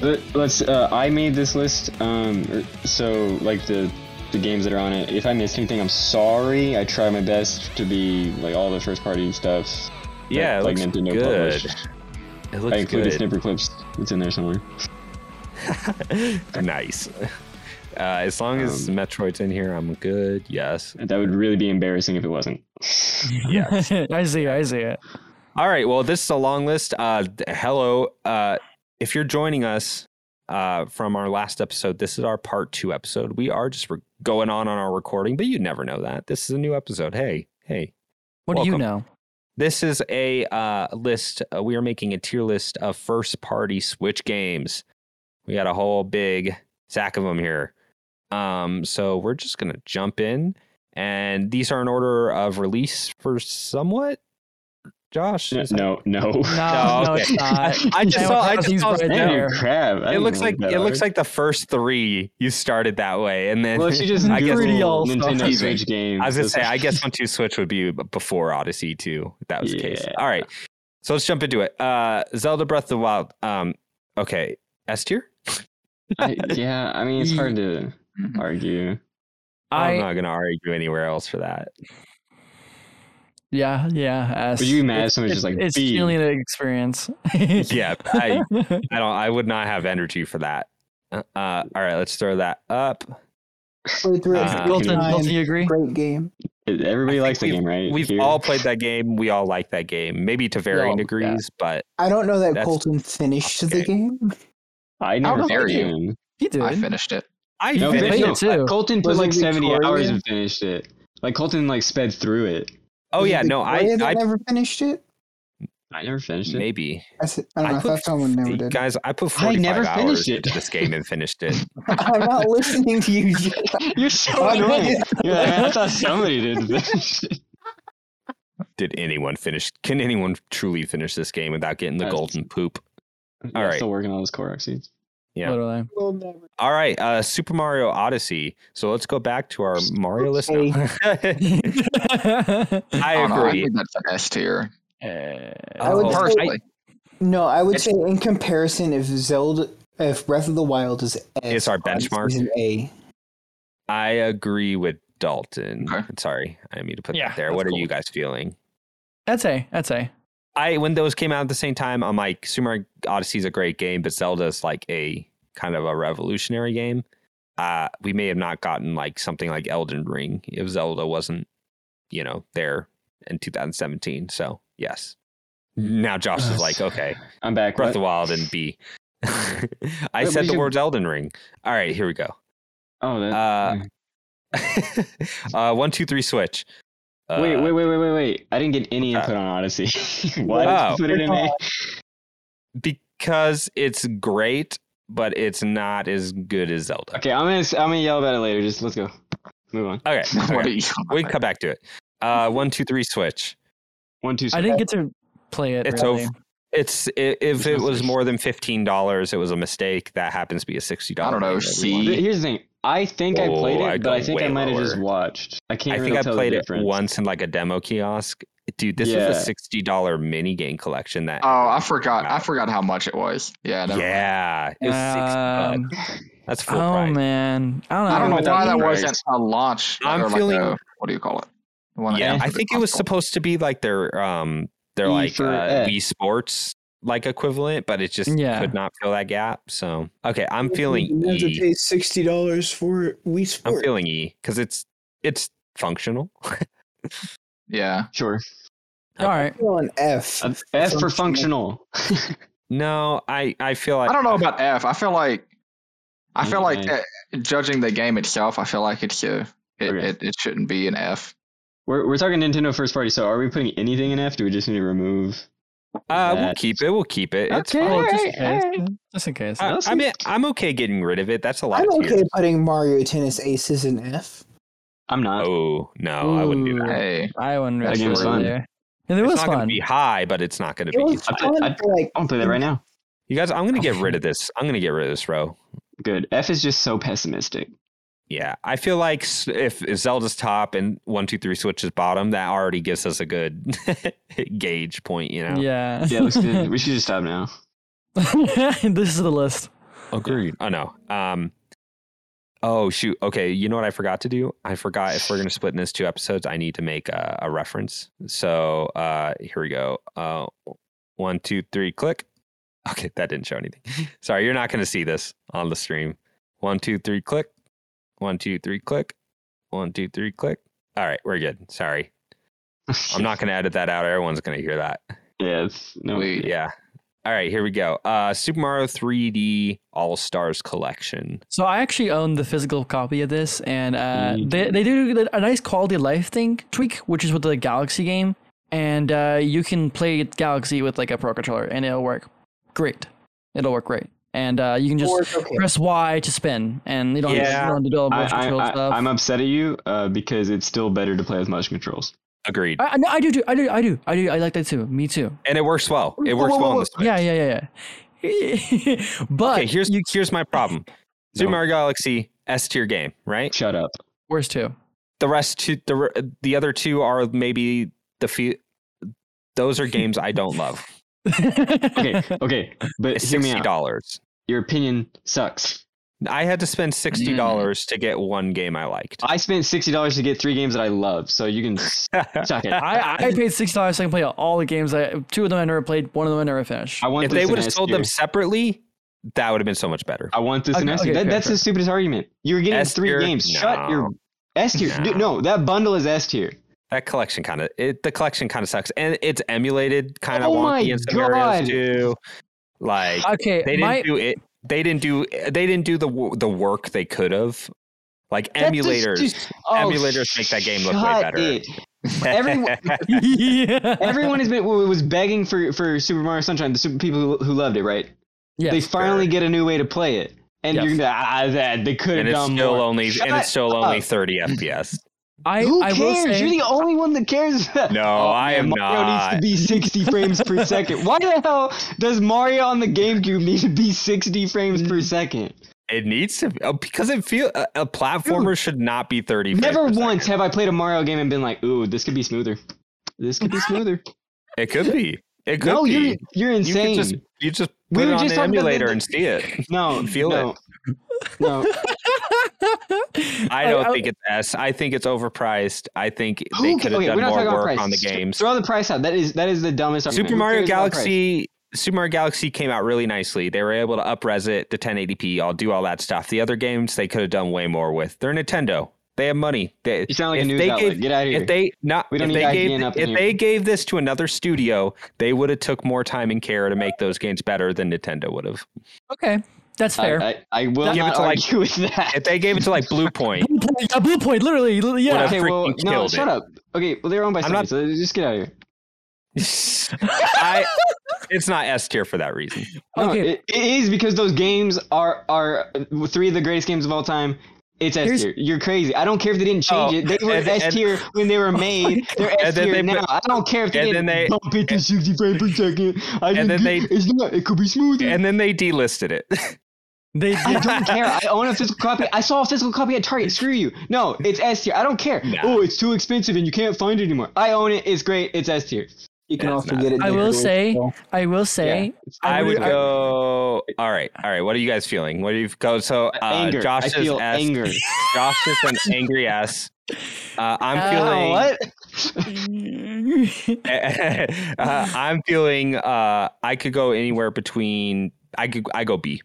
Let- Let's. Uh, I made this list. Um, er, so like the the games that are on it. If I missed anything, I'm sorry. I try my best to be like all the first party stuff. that, Yeah, it like looks Nintendo good. published. It I looks included good. snipper clips. It's in there somewhere. nice. Uh, as long as Um, Metroid's in here, I'm good. Yes. That would really be embarrassing if it wasn't. Yes. I see. I see it. All right. Well, this is a long list. Uh, th- hello. Uh, if you're joining us uh, from our last episode, this is our part two episode. We are just re- going on on our recording, but you never know that. This is a new episode. Hey, hey. What do you Welcome. know? This is a uh, list. Uh, we are making a tier list of first party Switch games. We got a whole big sack of them here. Um, so we're just going to jump in. And these are in order of release for somewhat. Josh? No, is that- no, no. No, no, it's okay. not. I just saw. I just Animal Crossing's saw. right It there. Andrew Crab. I it didn't looks like like that it looks already. like the first three you started that way, and then Well, if you just I guess- Google all Nintendo stuff. Switch games. I was gonna say I it's- guess one two switch would be b- before Odyssey two. If that was the case. Yeah. All right, so let's jump into it. Uh, Zelda Breath of the Wild. Um, okay, S tier. I- yeah, I mean it's hard to argue. I I'm not gonna argue anywhere else for that. yeah yeah. S. Would you be mad if It's- somebody's just like it's B? stealing the experience. Yeah, I, I don't. I would not have energy for that. Uh, all right, let's throw that up. Played through it Uh, Milton, six Milton, times. you agree? Great game. Everybody I likes the think game, right? We've Here. all played that game. We all like that game, maybe to varying Yeah. degrees, but I don't know that That's- Colton finished the okay. game. I How never dare played you. it. He did. I finished it. I No, played finished no, it too. Colton put Was it like seventy Victoria? hours and finished it. Like Colton like sped through it. Oh Was it yeah, no, I, Victoria that I never finished it. I never finished it. maybe. I, s- Uh, I don't know. I thought someone never did. Guys, I put I 45 never hours finished it. into this game and finished it. I'm not listening to you. You're so I did. annoying. You're like, I thought somebody did this. Did anyone finish? Can anyone truly finish this game without getting the That's- golden poop? All right. right. Still working on those Korok seeds. Yeah. Literally. We'll never- All right, uh, Super Mario Odyssey. So let's go back to our Mario list now. I I don't know. Uh-huh. I agree. think that's an S tier. I would Oh, say- Personally, No, I would It's- say in comparison, if Zelda, if Breath of the Wild is S, It's our Odyssey's benchmark. an A. I agree with Dalton. Okay. Sorry, I didn't mean to put Yeah, that there. that's What are cool. you guys feeling? That's a. That's a. I when those came out at the same time, I'm like, Super Mario Odyssey is a great game, but Zelda's like a kind of a revolutionary game. Uh, we may have not gotten like something like Elden Ring if Zelda wasn't, you know, there in 2017. So yes. Now Josh is like, okay, I'm back. Breath of the What? Wild and B. I Wait, said we the should- words Elden Ring. All right, here we go. Oh, that. Uh, uh, one, two, three, switch. wait, Uh, wait, wait, wait, wait, wait. I didn't get any what's input on Odyssey. Uh, Why Wow. did you put it in A? because it's great, but it's not as good as Zelda. Okay, I'm gonna s- I'm gonna yell about it later. Just let's go. Move on. Okay. what are okay. you? We can come back to it. Uh, one, two, three, switch. One, two. I three. didn't get to play it. It's really. over. It's i- if it was more than fifteen dollars, it was a mistake. That happens to be a sixty dollars. I don't know, C. Th- Here's the thing. I think I Whoa, played it, Oh, I but I go think I way might have just lower. watched. I can't. I really think I tell the played it difference. once in like a demo kiosk. Dude, this Yeah. is a sixty dollar mini game collection. That Oh, I forgot. I forgot how much it was. Yeah. Never mind. yeah, it was sixty. Um, bucks. That's full oh price. man, I don't know. I don't know what that why that means. wasn't a launch. I'm or like feeling- a- what do you call it? The one that Yeah, comes I with the think it was console. supposed to be like their um their E like for uh, F. Wii Sports like equivalent, but it just Yeah. could not fill that gap. So okay, I'm feeling You have to E. pay sixty dollars for Wii I'm Sports. feeling E because it's it's functional. Yeah. Sure. All right, I'm feeling F. Uh, F for functional. No, I I feel like I don't know about F. I feel like I feel like Yeah. that, judging the game itself, I feel like it's a, it, Okay. it, it shouldn't be an F. We're we're talking Nintendo first party. So are we putting anything in F? Do we just need to remove? Uh, we'll that. keep it. We'll keep it. It's Okay. well, fine. just in Alright, case, just in case. I, I mean, I'm okay getting rid of it. That's a lot. I'm of okay tears. putting Mario Tennis Aces in F. I'm not. Oh no, I wouldn't do Ooh. that. Hey, I wouldn't That really game was go fun. there. And it it's was not going to fun. be high, but it's not going to It be. was high. fun I- for like I don't play that right now. You guys, I'm going to get rid of this. I'm going to get rid of this row. Good. F is just so pessimistic. Yeah, I feel like s- if if Zelda's top and one, two, three Switch is bottom, that already gives us a good gauge point. You know, Yeah. Yeah, it looks good. we should just stop now. this is the list. Agreed. I know. Um, oh shoot. Okay. You know what I forgot to do? I forgot if we're gonna split in this two episodes, I need to make a, a reference. So uh, here we go. Uh, one, two, three, click. Okay, that didn't show anything. Sorry, you're not gonna see this on the stream. One, two, three, click. One, two, three, click. One, two, three, click. All right, we're good. Sorry, I'm not gonna edit that out. Everyone's gonna hear that. Yeah, it's no. Wait. Yeah. All right, here we go. Uh, Super Mario 3D All Stars Collection. So I actually own the physical copy of this, and uh, they they do a nice quality of life thing tweak, which is with the Galaxy game, and uh, you can play Galaxy with like a Pro controller, and it'll work great. It'll work great, and uh, you can just Or- okay. press Y to spin, and you don't, Yeah. you don't do all the I, motion control stuff. am upset at you uh, because it's still better to play with motion controls. Agreed. I, no, I do too. I do. I do. I do. I like that too. Me too. and it works well. It Whoa, works whoa, well whoa, on whoa. the Switch. Yeah, yeah, yeah, yeah. but Okay, here's you, here's my problem. Super Mario Galaxy S tier game, right? Shut up. worse too. The rest two, the re- the other two are maybe the few. Those are games I don't love. Okay, okay, but It's hear me sixty out. dollars. Your opinion sucks. I had to spend Mm. sixty dollars to get one game I liked. I spent sixty dollars to get three games that I love, so you can suck it. I, I paid six dollars so I can play all the games. I two of them I never played. One of them I never finished. I want if this they in would have S sold tier. them separately, that would have been so much better. I want this in Okay, S tier. okay, That- okay, that's the fair. stupidest argument. You're getting S three tier? games. Shut your No. S tier. No. Dude, no, that bundle is S tier. That collection kind of it. The collection kind of sucks, and it's emulated kind of Oh my wonky in some areas God. too. Like okay, they didn't my do it. They didn't do. They didn't do the wo- the work they could have. Like That's just- emulators, just- oh, emulators make that game look way shut better. it. Everyone, everyone has been well, was begging for for Super Mario Sunshine. The super people who, who loved it, right? Yes. they finally get a new way to play it, and Yes. you're gonna ah, that they could have and it's done still more. only Shut and it's still only up. 30 FPS. I, Who I will cares? say, You're the only one that cares. No, I am Mario not. needs to be 60 frames per second. Why the hell does Mario on the GameCube need to be 60 frames per second? It needs to be, uh, because it feel a, a platformer should not be 30. frames Never per second. once have I played a Mario game and been like, "Ooh, this could be smoother. This could be smoother." It could be. It could no, be. you're you're You could insane. just you just We put it were on just an talking about the- emulator and see it. no, feel no, no. I don't think it's S. I think it's overpriced. I think they Who could ca- have okay, done we're not more talking about work price. on the Just games. Throw the price out. That is that is the dumbest. argument. Super Who Mario cares about price? Galaxy. Super Mario Galaxy came out really nicely. They were able to upres it to 1080p. I'll do all that stuff. The other games they could have done way more with. They're Nintendo. They have money. They, You sound like if a news they outlet. gave- Get out of here. if they not We don't if need they IGN gave up in if here. they gave this to another studio, they would have took more time and care to make those games better than Nintendo would have. okay. That's I, fair. I, I will Give it not to, like- argue with that. If they gave it to like Blue Point, Blue point, a blue point, literally. li- What Yeah. a- okay, well, freaking no, killed shut it. up. Okay, well they're owned by I'm Sony, not- so just get out of here. I, it's not S tier for that reason. No, okay. it, it is because those games are are three of the greatest games of all time. It's S Here's- tier. You're crazy. I don't care if they didn't change Oh, it. They were and- S tier when they Oh were made. They're And S then tier they now. put- I don't care if they and didn't then they- bump it to 60 frames per second. I and didn't then get- it's not. It could be smoother. And then they delisted it. They I did. don't care. I own a physical copy. I saw a physical copy at Target. Screw you. No, it's S tier. I don't care. Nah. Oh, it's too expensive and you can't find it anymore. I own it. It's great. It's S tier. You can Yeah, it's also not- get it. I will say. I will say. I would would- I- go. All right, all right. What are you guys feeling? What do you go? So uh, anger. Josh I is feel S. anger. Josh is an angry S. Uh, I'm Uh, feeling. Oh, What? uh, I'm feeling. Uh, I could go anywhere between. I could. I go B.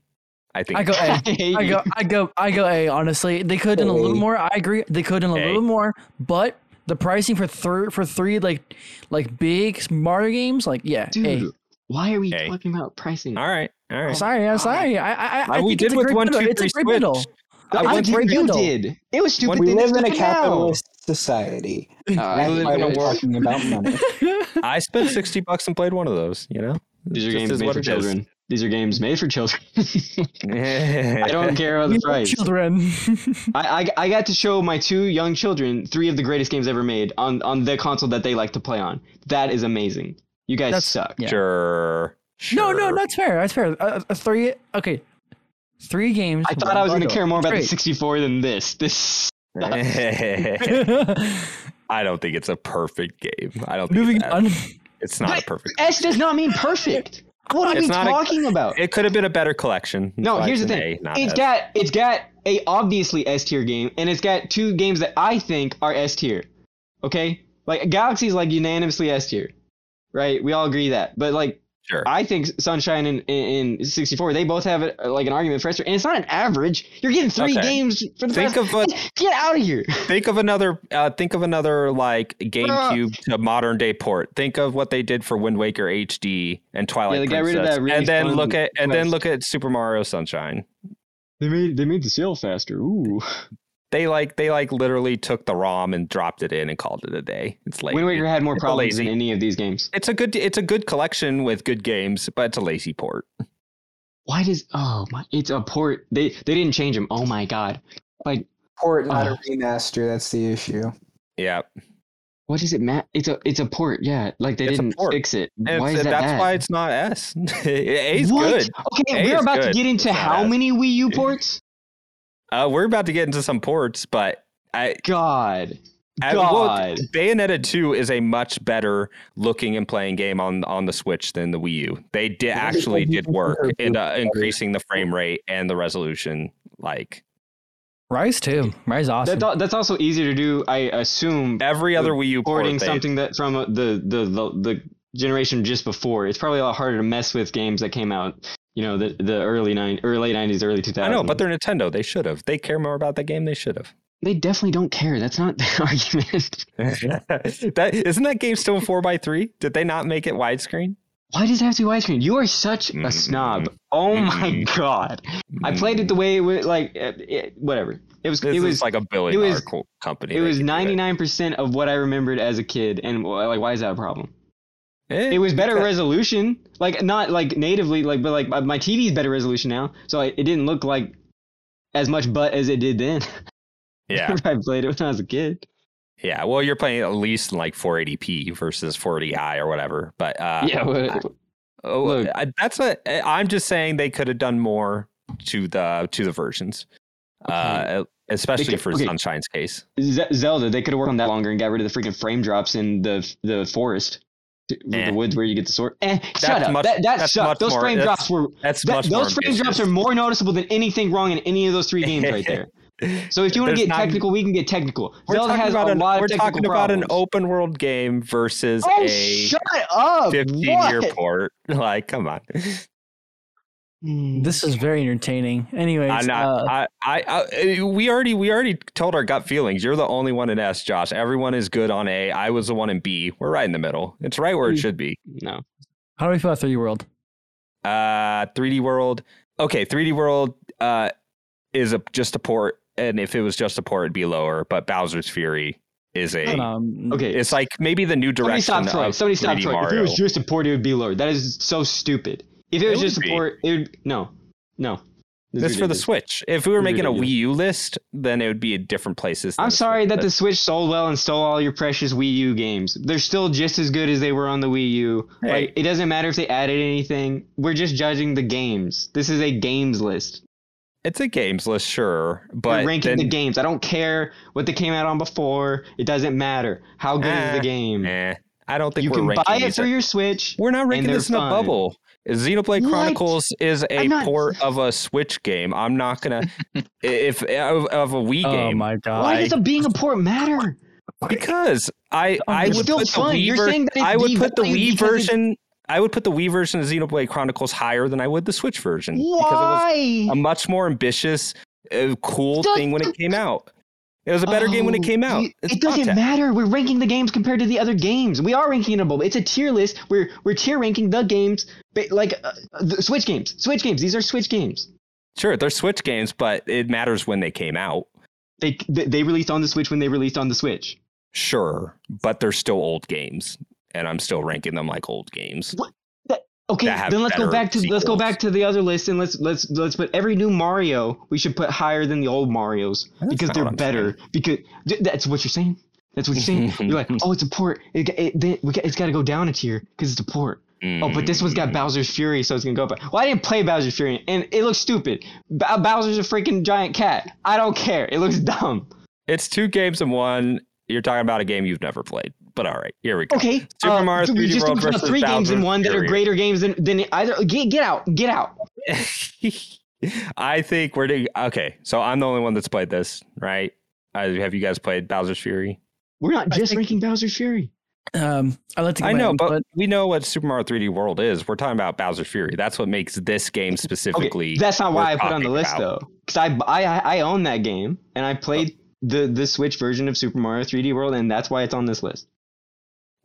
I think. I go A. I hate I you. go, I go, I go. A. Honestly, they could in a little A. more. I agree. They could in a A. little more, but the pricing for three for three like like big smarter games, like yeah. Dude, A. why are we Hey. talking about pricing? All right. All right. Sorry, I'm sorry. I, I, I, I Uh, oh we think did it's a with great one, bundle. two, It's three a great switch. bundle. I I went went right you middle. did. It was stupid. We that live it's in a stupid now. capitalist society. Uh, That's we live why in a we're world. talking about money. I spent sixty bucks and played one of those. You know. These are This games is made what for it is. children. These are games made for children. I I don't care about We the love price. Children. I, I, I got to show my two young children three of the greatest games ever made on, on the console that they like to play on. That is amazing. You guys That's- suck. yeah. Sure. no, no, sure. that's fair. That's fair. A, a three. Okay, three games. I thought I was going to bundle. care more about the Great. 64 than this. This I don't think it's a perfect game. I don't think Moving it's, that. on. it's not a perfect. S does not mean perfect. What are It's we not a- talking about? It could have been a better collection. No, Like here's the an thing. A, not it's F. got it's got a obviously S tier game, and it's got two games that I think are S tier. Okay, like Galaxy's like unanimously S tier, right? We all agree that. But like sure. I think Sunshine and, and, and 64, they both have uh, like an argument for S tier, and it's not an average. You're getting three Okay. games for the Think best. of a Get out of here. think of another uh, think of another like GameCube to modern day port. Think of what they did for Wind Waker HD and Twilight they got Princess, rid of that really and then fun look at and then quest. look at Super Mario Sunshine. They made they made the sale faster. Ooh. They like they like literally took the ROM and dropped it in and called it a day. It's like Wind Waker had more It's a problems than lazy- any of these games. it's a good it's a good collection with good games, but it's a lazy port. Why does oh my? It's a port. They they didn't change them. Oh my god. Like Port, not Oh. a remaster. That's the issue. Yeah, What does it matter? It's a it's a port, yeah. Like they It's a didn't port. fix it. and why it's- is that that's bad? why it's not S. A's what? good. Okay, A we're is about to good. get into It's not how S. many Wii U ports? Uh, we're about to get into some ports, but I God, I- well, God. Bayonetta 2 is a much better looking and playing game on, on the Switch than the Wii U. They did actually did work in uh, increasing the frame rate and the resolution. Like Rise too. Rise awesome. That's al- that's also easier to do, I assume. every other Wii U port, Porting they- something that from uh, the, the the the generation just before, it's probably a lot harder to mess with games that came out, you know, the the early nine or late nineties, early 2000s. I know, but they're Nintendo. They should have. They care more about the game. They should have. they definitely don't care. That's not the argument. that isn't that game still four by three? Did they not make it widescreen? Why does it have to be widescreen? You are such a Mm, snob. Oh my god. I played it the way it was like uh, it, whatever. It was Mm-hmm. This it is was like a billion it dollar was- co- company. it that was could do that. 99% of what I remembered as a kid and wh- like why is that a problem? Eh, It was better that- resolution. Like not like natively like but like my- my TV's better resolution now. So I, it didn't look like as much butt as it did then. Yeah, I played it when I was a kid. yeah. Well, you're playing at least in like 480p versus 40i or whatever. But uh, yeah, what- Oh, Look. I, that's what I- I'm just saying. They could have done more to the to the versions, uh, especially could- for okay. Sunshine's case. Ze- Zelda, they could have worked on that longer and got rid of the freaking frame drops in the the forest. With Eh. The woods where you get the sword. Eh, shut up. much- that that that's sucked. much Those more- frame that's- drops were That's That- much those more frame drops are ambitious. more noticeable than anything wrong in any of those three games right there. So if you want to There's get not- technical, we can get technical. We're Zelda talking has about a an, lot we're of technical talking about an problems. open world game versus Oh, a shut up! 15 What? year port. Like, come on. Hmm. this is very entertaining. Anyways, I'm not. uh, I, I, I, we already, we already told our gut feelings. You're the only one in S, Josh. Everyone is good on A. I was the one in B. We're right in the middle. It's right where it Hmm. should be. no. how do we feel about 3D World? uh 3d world okay 3d world uh is a just a port and if it was just a port it'd be lower but bowser's fury is a Um, Okay. it's like maybe the new Somebody direction stop Troy. of Somebody stop 3D Troy. If Mario. it was just a port, it would be lower. That is so stupid. If it It was would just be. a port, it would no, no. this is for the ridiculous. switch if we were It's making a wii ridiculous. u list then it would be at different places than I'm the sorry Switch, that but the Switch sold well and stole all your precious Wii U games. They're still just as good as they were on the Wii U. Hey. Like it doesn't matter if they added anything. We're just judging the games. This is a games list. it's a games list sure We're but ranking then, the games. I don't care what they came out on before. It doesn't matter. How good is Eh, the game? eh, i don't think you we're can ranking buy it these for at- your Switch. We're not ranking they're this in a fun. bubble. Xenoblade What? Chronicles is a I'm not- port of a Switch game. I'm not gonna if of, of a Wii Oh game my god. Why does it being a port matter? because I I It's would still put the fun. Wii Oh, You're ver- saying that it's I would put the devalued Wii because it's- version I would put the Wii version of Xenoblade Chronicles higher than I would the Switch version because it Why? was a much more ambitious, uh, cool Does- thing when it came out. It was a better game when it Oh, came out. you- It's it doesn't contact. matter. We're ranking the games compared to the other games. We are ranking in a bubble. It's a tier list. We're we're tier ranking the games, ba- like uh, the Switch games. Switch games. These are Switch games. Sure, they're Switch games, but it matters when they came out. They they they released on the Switch when they released on the Switch. Sure, but they're still old games, and I'm still ranking them like old games. Okay, That have then let's go better back to let's go sequels. back to the other list and let's let's let's put every new Mario we should put higher than the old Mario's That's because not they're what I'm better. Because th- that's what you're saying. That's what you're saying. you're like, oh, it's a port. It, it, then we got, it's got to go down a tier because it's a port. Oh, Mm. but this one's got Mm-hmm. Bowser's Fury, so it's gonna go up. Well, I didn't play Bowser's Fury, and it looks stupid. B- Bowser's a freaking giant cat. I don't care. It looks dumb. It's two games in one. You're talking about a game you've never played. But all right, here we go. Okay. Super uh, Mario so 3D we just World talked about versus three games in Bowser's one that are Fury. greater games than, than either. Get, get out. Get out. I think we're doing okay. So I'm the only one that's played this, right? Uh, have you guys played Bowser's Fury? We're not I just think- ranking Bowser's Fury. Um, I like to. give I my know, but input. we know what Super Mario 3D World is. We're talking about Bowser's Fury. That's what makes this game specifically. Okay, that's not why we're I put on the talking list about. though, because I, I I own that game and I played Oh. the the Switch version of Super Mario 3D World, and that's why it's on this list.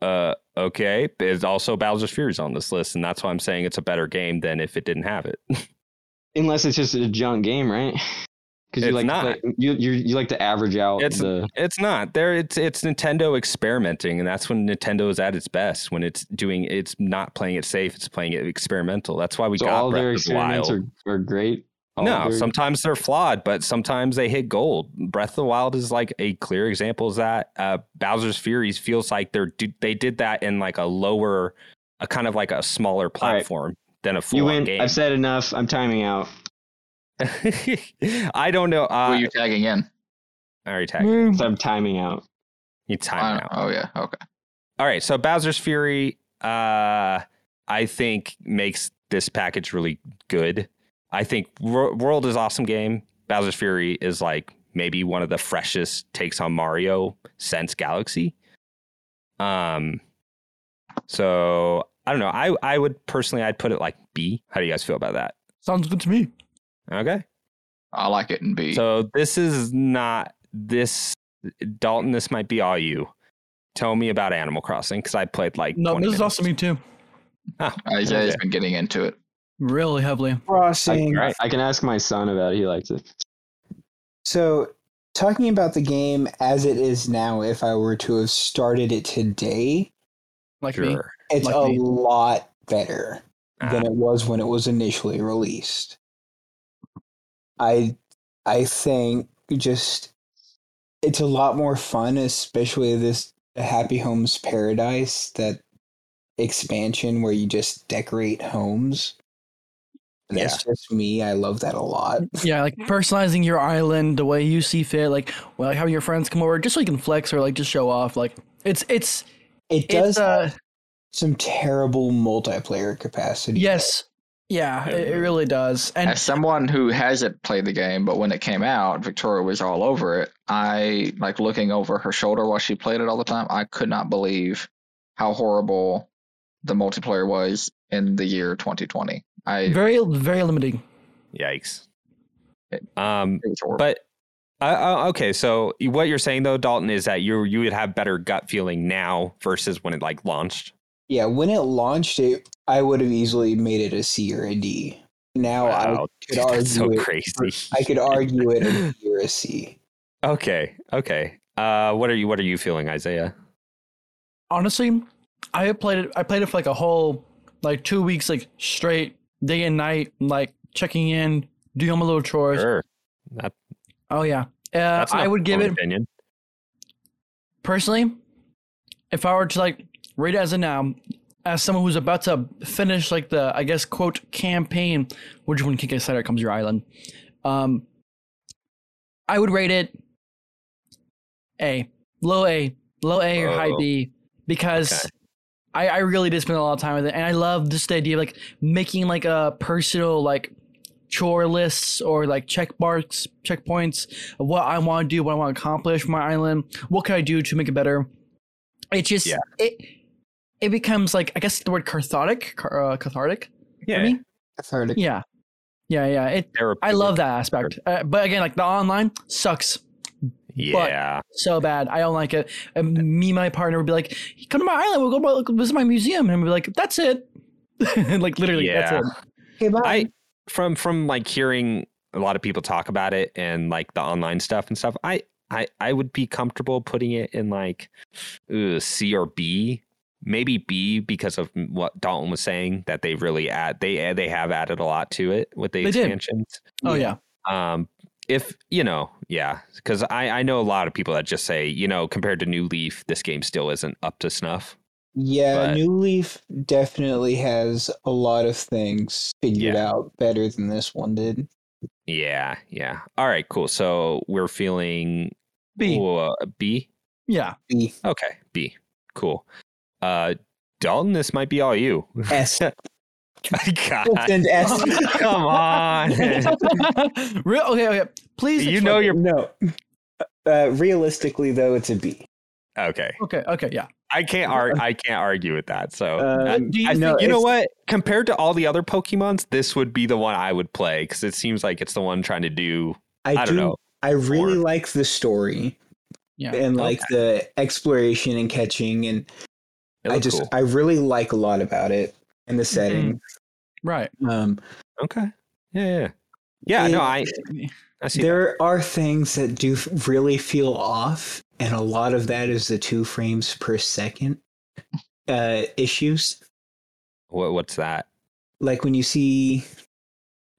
uh, okay, but it's also Bowser's Fury's on this list, and that's why I'm saying it's a better game than if it didn't have it. Unless it's just a junk game, right? Because you It's like to not. play- you, you you like to average out It's- the. It's not there. It's it's Nintendo experimenting, and that's when Nintendo is at its best. When it's doing, it's not playing it safe. It's playing it experimental. That's why we So got all Breath their of the Wild. experiments are, are great. All no, their- sometimes they're flawed, but sometimes they hit gold. Breath of the Wild is like a clear example. Is that uh, Bowser's Furies feels like they're do- they did that in like a lower, a kind of like a smaller right. platform than a you full win. on game. I've said enough. I'm timing out. I don't know. Who Uh, are you tagging in? I already tagged Mm, So I'm timing out. you I time don't- out. Oh yeah. Okay. All right, so Bowser's Fury, uh, I think makes this package really good. I think Wor- World is awesome game. Bowser's Fury is like maybe one of the freshest takes on Mario since Galaxy. Um, so I don't know. I I would personally I'd put it like B. How do you guys feel about that? sounds good to me. Okay. I like it in B. So this is not this Dalton. This might be all you. Tell me about Animal Crossing because I played like No, 20 this is minutes. also me too. Isaiah's okay. been getting into it. Really heavily. Crossing. Right. I can ask my son about it. He likes it. So, talking about the game as it is now, if I were to have started it today, Like me. Sure. it's Like a me. lot better than Ah. it was when it was initially released. I I think just it's a lot more fun, especially this Happy Homes Paradise that expansion where you just decorate homes. That's just me. I love that a lot. Yeah, like personalizing your island the way you see fit, like well, like having your friends come over just so you can flex or like just show off. Like it's it's It it's does uh some terrible multiplayer capacity. yes. Yeah, it, it really does. And As someone who hasn't played the game, but when it came out, Victoria was all over it. I like looking over her shoulder while she played it all the time. I could not believe how horrible the multiplayer was in the year 2020. I it very very limiting. Yikes. Um, was horrible. but uh, uh, okay, so what you're saying though, Dalton, is that you you would have better gut feeling now versus when it like launched. Yeah, when it launched it, I would have easily made it a C or a D. Now I Wow, could dude, argue that's so it. crazy. I could argue it a B or a C. okay, okay. Uh, what are you what are you feeling, Isaiah? Honestly, I have played it I played it for like a whole like two weeks like straight, day and night, like checking in, doing all my little chores. Sure. That, Oh yeah. Uh, that's I not would give an it opinion. personally, if I were to like rate it as a now, as someone who's about to finish like the I guess quote campaign, which when Kick Cider comes to your island, um, I would rate it A, low A, low A or high Whoa. B, because. Oh, Okay. I, I really did spend a lot of time with it, and I love just the idea of like making like a personal like chore lists or like check marks, checkpoints of what I want to do, what I want to accomplish for my island, what can I do to make it better. It just Yeah. it it becomes like I guess the word cathartic, car- uh, cathartic. for Yeah, me? Cathartic. yeah, yeah, yeah. It I love that aspect, uh, but again, like the online sucks Yeah, so bad. I don't like it. And me, and my partner would be like, "Come to my island. We'll go look- visit my museum." And we'd be like, "That's it." like literally, Yeah. that's it. Okay, bye. I Um, from from like hearing a lot of people talk about it and like the online stuff and stuff. I I I would be comfortable putting it in like uh, C or B, maybe B because of what Dalton was saying that they really add they they have added a lot to it with the They did. expansions. Oh yeah, Um, if you know, yeah, because I I know a lot of people that just say you know compared to New Leaf, this game still isn't up to snuff. yeah, but- New Leaf definitely has a lot of things figured out better than this one did. Yeah, yeah. All right, cool. So we're feeling B. Ooh, uh, B. Yeah, B. Okay, B. Cool. Uh, Dalton, this might be all you. S. God, Send S. come on. Real, okay, okay. Please. you explain- know you're no. Uh, realistically, though, it's a B. okay. Okay, okay, yeah. I can't ar- I can't argue with that. So I- Um, I no, think, Oh, uh, you know it's- what? Compared to all the other Pokemons, this would be the one I would play because it seems like it's the one trying to do. I, I, don't do know. I really Or- like the story Yeah. and like the exploration and catching, and It I looked just cool. I really like a lot about it and Mm-hmm. the setting. Right. Um, okay. Yeah, yeah, yeah. Yeah, No, I I see. that. there are things that do f- really feel off, and a lot of that is the two frames per second uh, issues. What, what's that? Like when you see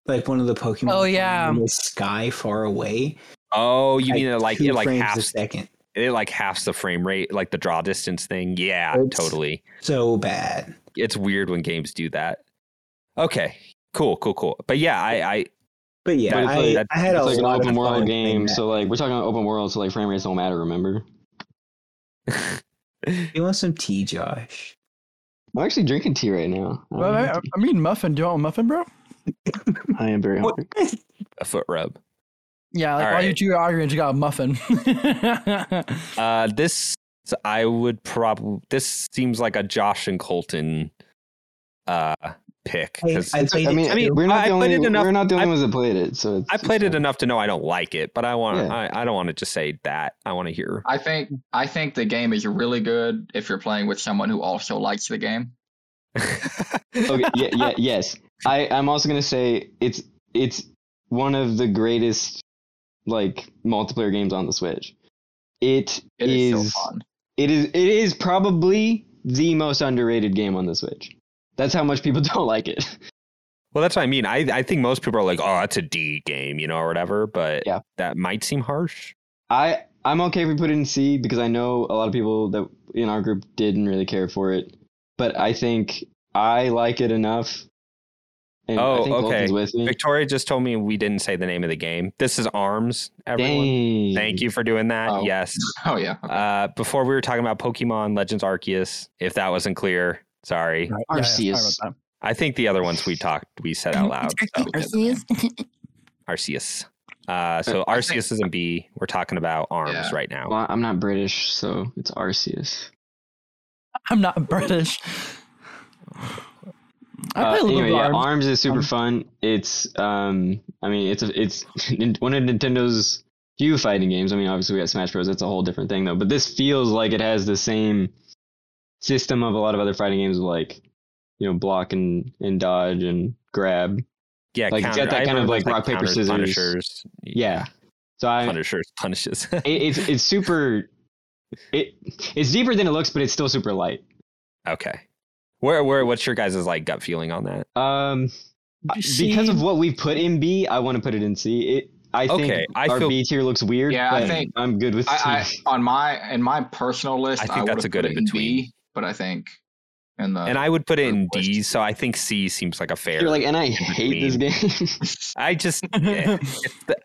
like one of the Pokemon Oh, flying yeah. in the sky far away. Oh, you at mean it like two it like frames a halves second. it like halves the frame rate, like the draw distance thing. Yeah, It's- totally. So bad. It's weird when games do that. Okay, cool, cool, cool. But yeah, I, I But yeah, But it's I, like- I had a it's like an lot open of world fun game, playing that. so like we're talking about open world, so like frame rates don't matter. Remember? you want some tea, Josh? I'm actually drinking tea right now. I Well, don't I, know. I mean, muffin. Do you want a muffin, bro? I am very What? hungry. a foot rub. Yeah, like All while you right. two are arguing, you got a muffin. Uh, this I would probably. This seems like a Josh and Colton, uh, pick. 'cause I I, It's- I played it mean, too. I mean, we're not I the played only it enough- we're not the only I- ones that played it. So it's, it's played it fine. enough to know I don't like it, but I want. to Yeah. I, I don't want to just say that. I want to hear. I think I think the game is really good if you're playing with someone who also likes the game. Okay, yeah, yeah, yes. I I'm also gonna say it's it's one of the greatest like multiplayer games on the Switch. It is, so fun. It is it is probably the most underrated game on the Switch. That's how much people don't like it. Well, that's what I mean. I I think most people are like, oh, it's a D game, you know, or whatever. But Yeah. that might seem harsh. I I'm okay if we put it in C because I know a lot of people that in our group didn't really care for it, but I think I like it enough. And Oh, I think Colton's okay. with me. Victoria just told me we didn't say the name of the game. This is Arms. Everyone, Dang. thank you for doing that. Oh. Yes. Oh yeah. okay. Uh, before we were talking about Pokemon Legends Arceus. If that wasn't clear, sorry. Arceus. I think the other ones we talked, we said out loud. So. Arceus. Uh, so I think- Arceus isn't B. We're talking about arms Yeah. right now. Well, I'm not British, so it's Arceus. I'm not British. I Uh, play a little anyway, bit yeah, of arms. arms. is super Um, fun. It's um, I mean, it's a, it's one of Nintendo's few fighting games. I mean, obviously we got Smash Bros. That's a whole different thing though. But this feels like it has the same system of a lot of other fighting games, like you know, block and and dodge and grab. Yeah, Like, it's got that I kind of, remember like, rock, paper, counters, scissors. Punishers. Yeah. So I, it, Punishers, punishes. it's it's super. It it's deeper than it looks, but it's still super light. okay. Where, where, what's your guys' like gut feeling on that? Um, I- because of what we've put in B, I want to put it in C. It, I think Okay, I our feel- B tier looks weird. Yeah, I but think- I'm good with C. I, I on my in my personal list, I I think would that's a good in in-between. B, but I think in the and I would put it in uh, D, so I think C seems like a fair. You're like, and I hate this game. I just eh, it's the,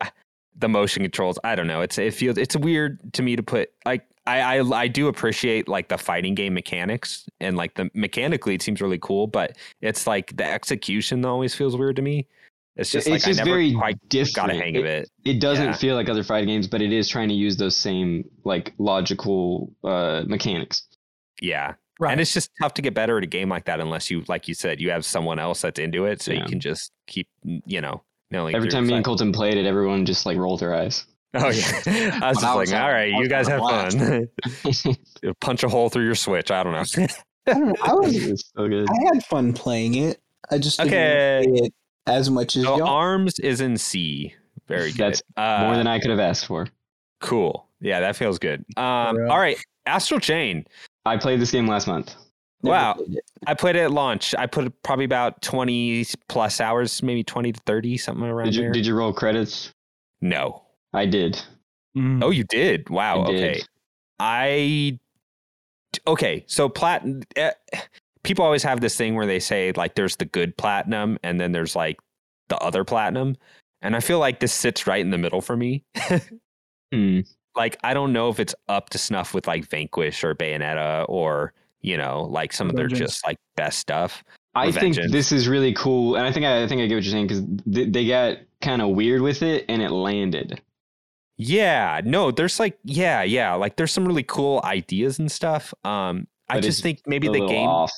the motion controls. I don't know. It's it feels it's weird to me to put like I, I I do appreciate like the fighting game mechanics and like the mechanically it seems really cool, but it's like the execution that always feels weird to me. It's just like it's just I never very quite different. got a hang of it. It doesn't Yeah. feel like other fighting games, but it is trying to use those same like logical uh, mechanics. Yeah. right. And it's just tough to get better at a game like that unless you like you said, you have someone else that's into it so you Yeah. can just keep you know, milling Every through time me and cycle. Colton played it, everyone just like rolled their eyes. Oh yeah. I was When just I like, was all having- right, I you was guys have having a fun. Punch a hole through your switch. I don't know. I, don't know, I was It's so good. I had fun playing it. I just didn't Okay. play it as much as So y'all. arms is in C. Very good. That's uh, More than I could have asked for. cool. Yeah, that feels good. Um, Yeah. all right, Astral Chain. I played this game last month. Never wow. played it. I played it at launch. I put probably about twenty plus hours, maybe twenty to thirty, something around Did you there. did you roll credits? no. I did. Mm. Oh, you did. Wow. I did. okay. I okay. So plat. eh, people always have this thing where they say like there's the good platinum and then there's like the other platinum, and I feel like this sits right in the middle for me. Hmm. like I don't know if it's up to snuff with like Vanquish or Bayonetta or you know like some of their Vengeance. just like best stuff. I think Vengeance. this is really cool, and I think I, I think I get what you're saying because th- they got kind of weird with it, and it landed. Yeah, no, there's like yeah, yeah, like there's some really cool ideas and stuff. Um, I But just it's think maybe a the little game. off.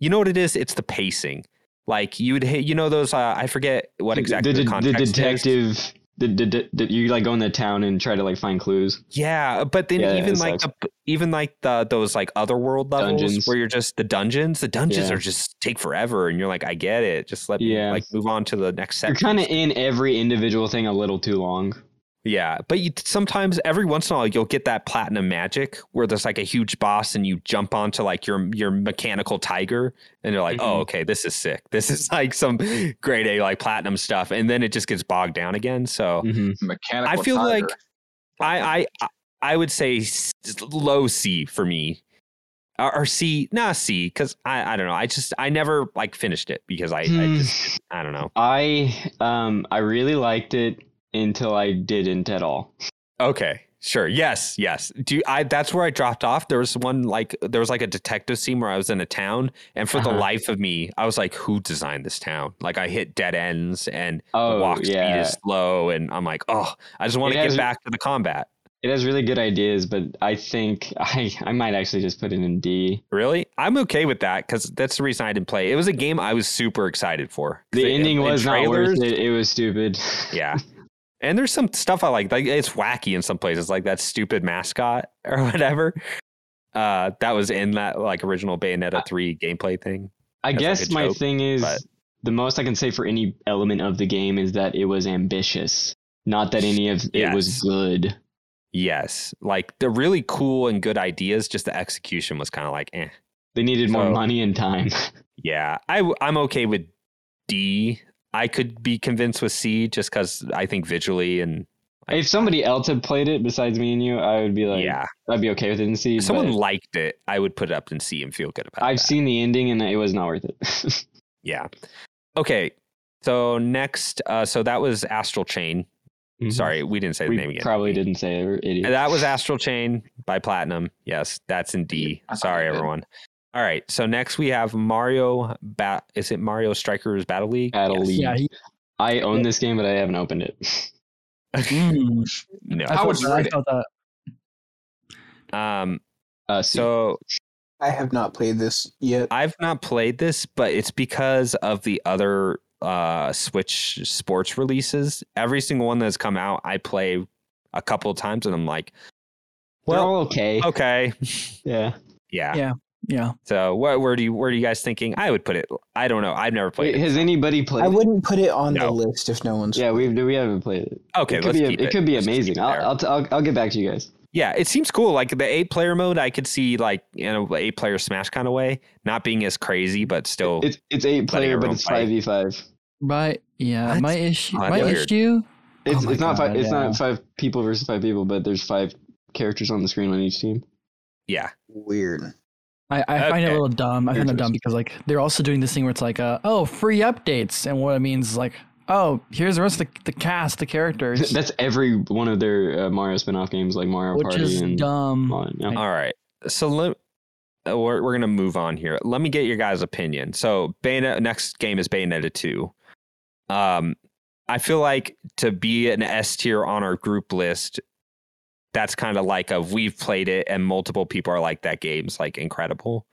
You know what it is? It's the pacing. Like you would hit, you know those. Uh, I forget what The- exactly the, the, the, context is. detective? The, the, the, the- you like go in the town and try to like find clues. Yeah, but then Yeah, it even like the, even like the those like other world levels Dungeons. where you're just the dungeons. The dungeons Yeah. are just take forever, and you're like, I get it. Just let me Yeah. like move on to the next You're section. kind of in every individual thing a little too long. Yeah, but you, sometimes every once in a while you'll get that platinum magic where there's like a huge boss and you jump onto like your your mechanical tiger and you're like, oh Mhm. okay, this is sick. This is like some grade A like platinum stuff, and then it just gets bogged down again. So Mm-hmm. Mechanical. I feel tiger. like I I I- I would say s- low C for me, or, or C, nah C, because I I don't know. I just I never like finished it because I I Hmm. just I don't know. I um I really liked it until I didn't at all. Okay. Sure. Yes. Yes. Do you, I? That's where I dropped off. There was one like there was like a detective scene where I was in a town, and for the Uh-huh. life of me, I was like, "Who designed this town?" Like I hit dead ends, and the Oh walk yeah, speed is slow, and I'm like, "Oh, I just want It to get has- back to the combat." it has really good ideas, but I think I I might actually just put it in D. Really, I'm okay with that because that's the reason I didn't play. It was a game I was super excited for. The In- ending in was not worth trailers- it. It was stupid. Yeah. And there's some stuff I like. Like it's wacky in some places, like that stupid mascot or whatever. Uh, that was in that like original Uh Bayonetta three gameplay thing. I That's like guess a my joke, thing is but- the most I can say for any element of the game is that it was ambitious. Not that any of it Yes. was good. Yes, like the really cool and good ideas, just the execution was kind of like, eh. They needed more So- money and time. Yeah, I w- I'm okay with D. I could be convinced with C just because I think visually and Like- if somebody else had played it besides me and you, I would be like, yeah, I'd be okay with it in C. if someone but liked it, I would put it up in C and feel good about it. Mm-hmm. I've seen the ending and it was not worth it. Yeah. Okay. So next, uh, so that was Astral Chain. Sorry, we didn't say the Mm-hmm. we name again. probably didn't say it. We're idiots. And That was Astral Chain by Platinum. Yes, that's in D. I thought Sorry, we did. everyone. All right. So next we have Mario. Ba- is it Mario Strikers Battle League? Battle Yes. League. Yeah, he, I own this game, but I haven't opened it. No. mm. I, How felt would you that, I rate it? felt that. Um. Uh, C. So I have not played this yet. I've not played this, but it's because of the other uh Switch sports releases. Every single one that's come out, I play a couple of times, and I'm like, They're well, all okay. okay, Yeah. yeah. Yeah. So what where do you where do you guys thinking? I would put it. I don't know. I've never played Wait, it. has anybody played? I wouldn't put it on No. the list if no one's. Yeah, we we haven't played it. Okay, it could let's be a- keep it, it. could be Let's just amazing. keep it there. I'll, I'll, t- I'll I'll get back to you guys. yeah, it seems cool. Like the eight player mode, I could see like in a eight player Smash kind of way, not being as crazy, but still. It's it's eight player, but everyone it's play. five v five. Oh My yeah, What? my issue, Oh, that'd my be weird. issue. It's my it's not five. God, It's yeah. not five people versus five people, but there's five characters on the screen on each team. yeah, Weird. I, I find it a Okay. little dumb. I find it dumb Interesting. because like they're also doing this thing where it's like, uh, oh, free updates, and what it means is like, oh, here's the rest of the, the cast, the characters, That's every one of their uh, Mario spin-off games, like Mario which Party is and dumb. all that, yeah. I- All right. So let uh, we're we're gonna move on here. Let me get your guys' opinion. So Bayonetta next game is Bayonetta two. Um, I feel like to be an S tier on our group list, that's kind of like a we've played it and multiple people are like that game's like incredible.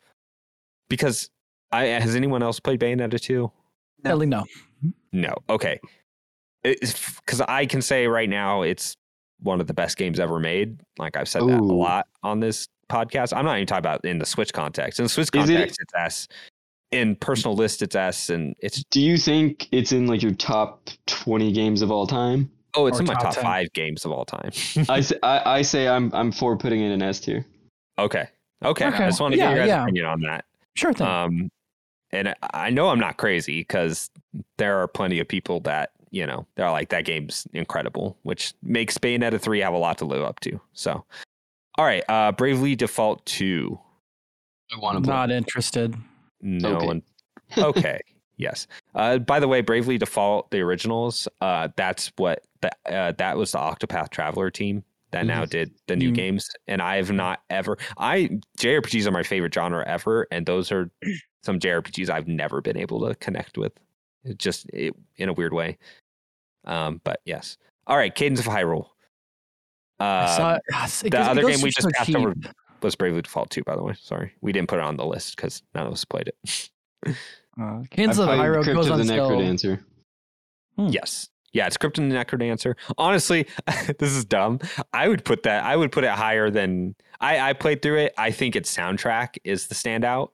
Because I has anyone else played Bayonetta two? No. Sadly, no. No. Okay. Because I can say right now it's one of the best games ever made. Like I've said that a Ooh. lot on this podcast. I'm not even talking about in the Switch context. In the Switch Is it- context, it's S. In personal list, it's S. And it's Do you think it's in like your top twenty games of all time? oh, it's Or in my top Uh, top 10. five games of all time. I, s- I I say I'm I'm for putting it in S tier. okay. Okay. I Okay. just want to Yeah, get your guys' yeah. opinion on that. Sure thing. Um, and I- I know I'm not crazy because there are plenty of people that you know they're like that game's incredible, which makes Bayonetta three have a lot to live up to. So, all right, uh, Bravely Default two. I want Not interested. No Okay. one. Okay. yes. Uh, by the way, Bravely Default, the originals. Uh, that's what the, uh, that was the Octopath Traveler team that now Mm-hmm. Mhm. did the new Mhm. games, and I've not ever. I JRPGs are my favorite genre ever, and those are some JRPGs I've never been able to connect with, it just it, in a weird way. Um, but yes, all right, Cadence of Hyrule. I Uh, saw it. Ah, it's- it the goes- it other goes game we so just passed cheap. over was Bravely Default 2, by the way. Sorry, we didn't put it on the list because none of us played it. Uh, Cadence I of played Hyrule Crypt goes of on the sale. Necrodancer. Hmm. Yes. Yeah, it's Crypt and the Necrodancer. Honestly, this is dumb. I would put that. I would put it higher than I, I played through it. I think its soundtrack is the standout.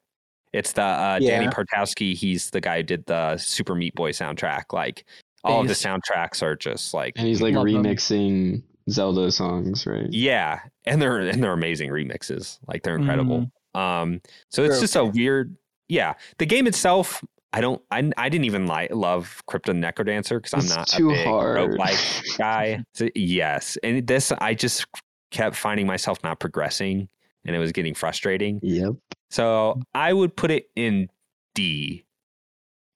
It's the uh, Danny Yeah. Partowski. He's the guy who did the Super Meat Boy soundtrack. Like all of the Based. soundtracks are just like And he's like Love them. remixing Zelda songs, right? yeah, and they're and they're amazing remixes. Like they're incredible. Um, so it's True. just a weird. Yeah, the game itself. I don't. I, I didn't even like love Crypto Necrodancer because I'm It's not too a big hard. like guy. So, yes, and this I just kept finding myself not progressing, and it was getting frustrating. Yep. So I would put it in D.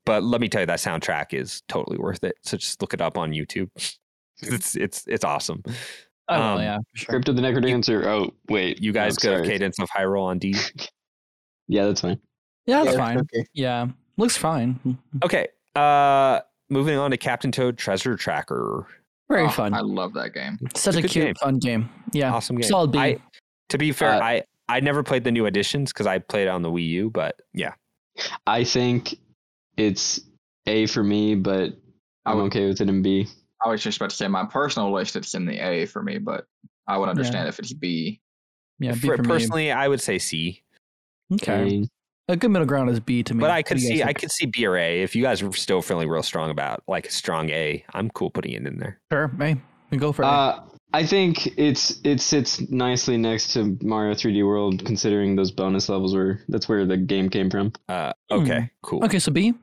But let me tell you, that soundtrack is totally worth it. So just look it up on YouTube. It's it's it's awesome. I will, Um, Oh, yeah, for sure. Crypt of the Necrodancer. Oh wait, You no, guys go sorry. Cadence of Hyrule on D. Yeah, that's fine. Yeah, that's Yeah, fine. okay. Yeah, looks fine. Okay. Uh moving on to Captain Toad Treasure Tracker. Very Oh, fun. I love that game. Such a a good cute, game. fun game. Yeah, Awesome game. solid B. I- to be fair, Uh, I I never played the new editions because I played it on the Wii U, but yeah. I think it's A for me, but I'm okay with it in B. I was just about to say my personal list. It's in the A for me, but I would understand if it's B. yeah, B For- for me. personally, I would say C. Okay, And a good middle ground is B to me. But I could What do you guys see I think? could see B or A. If you guys are still feeling real strong about like a strong A, I'm cool putting it in there. Sure, hey, we go for it. Uh, I think it's it sits nicely next to Mario 3D World, considering those bonus levels were that's where the game came from. Uh okay, cool. Hmm. okay, so B.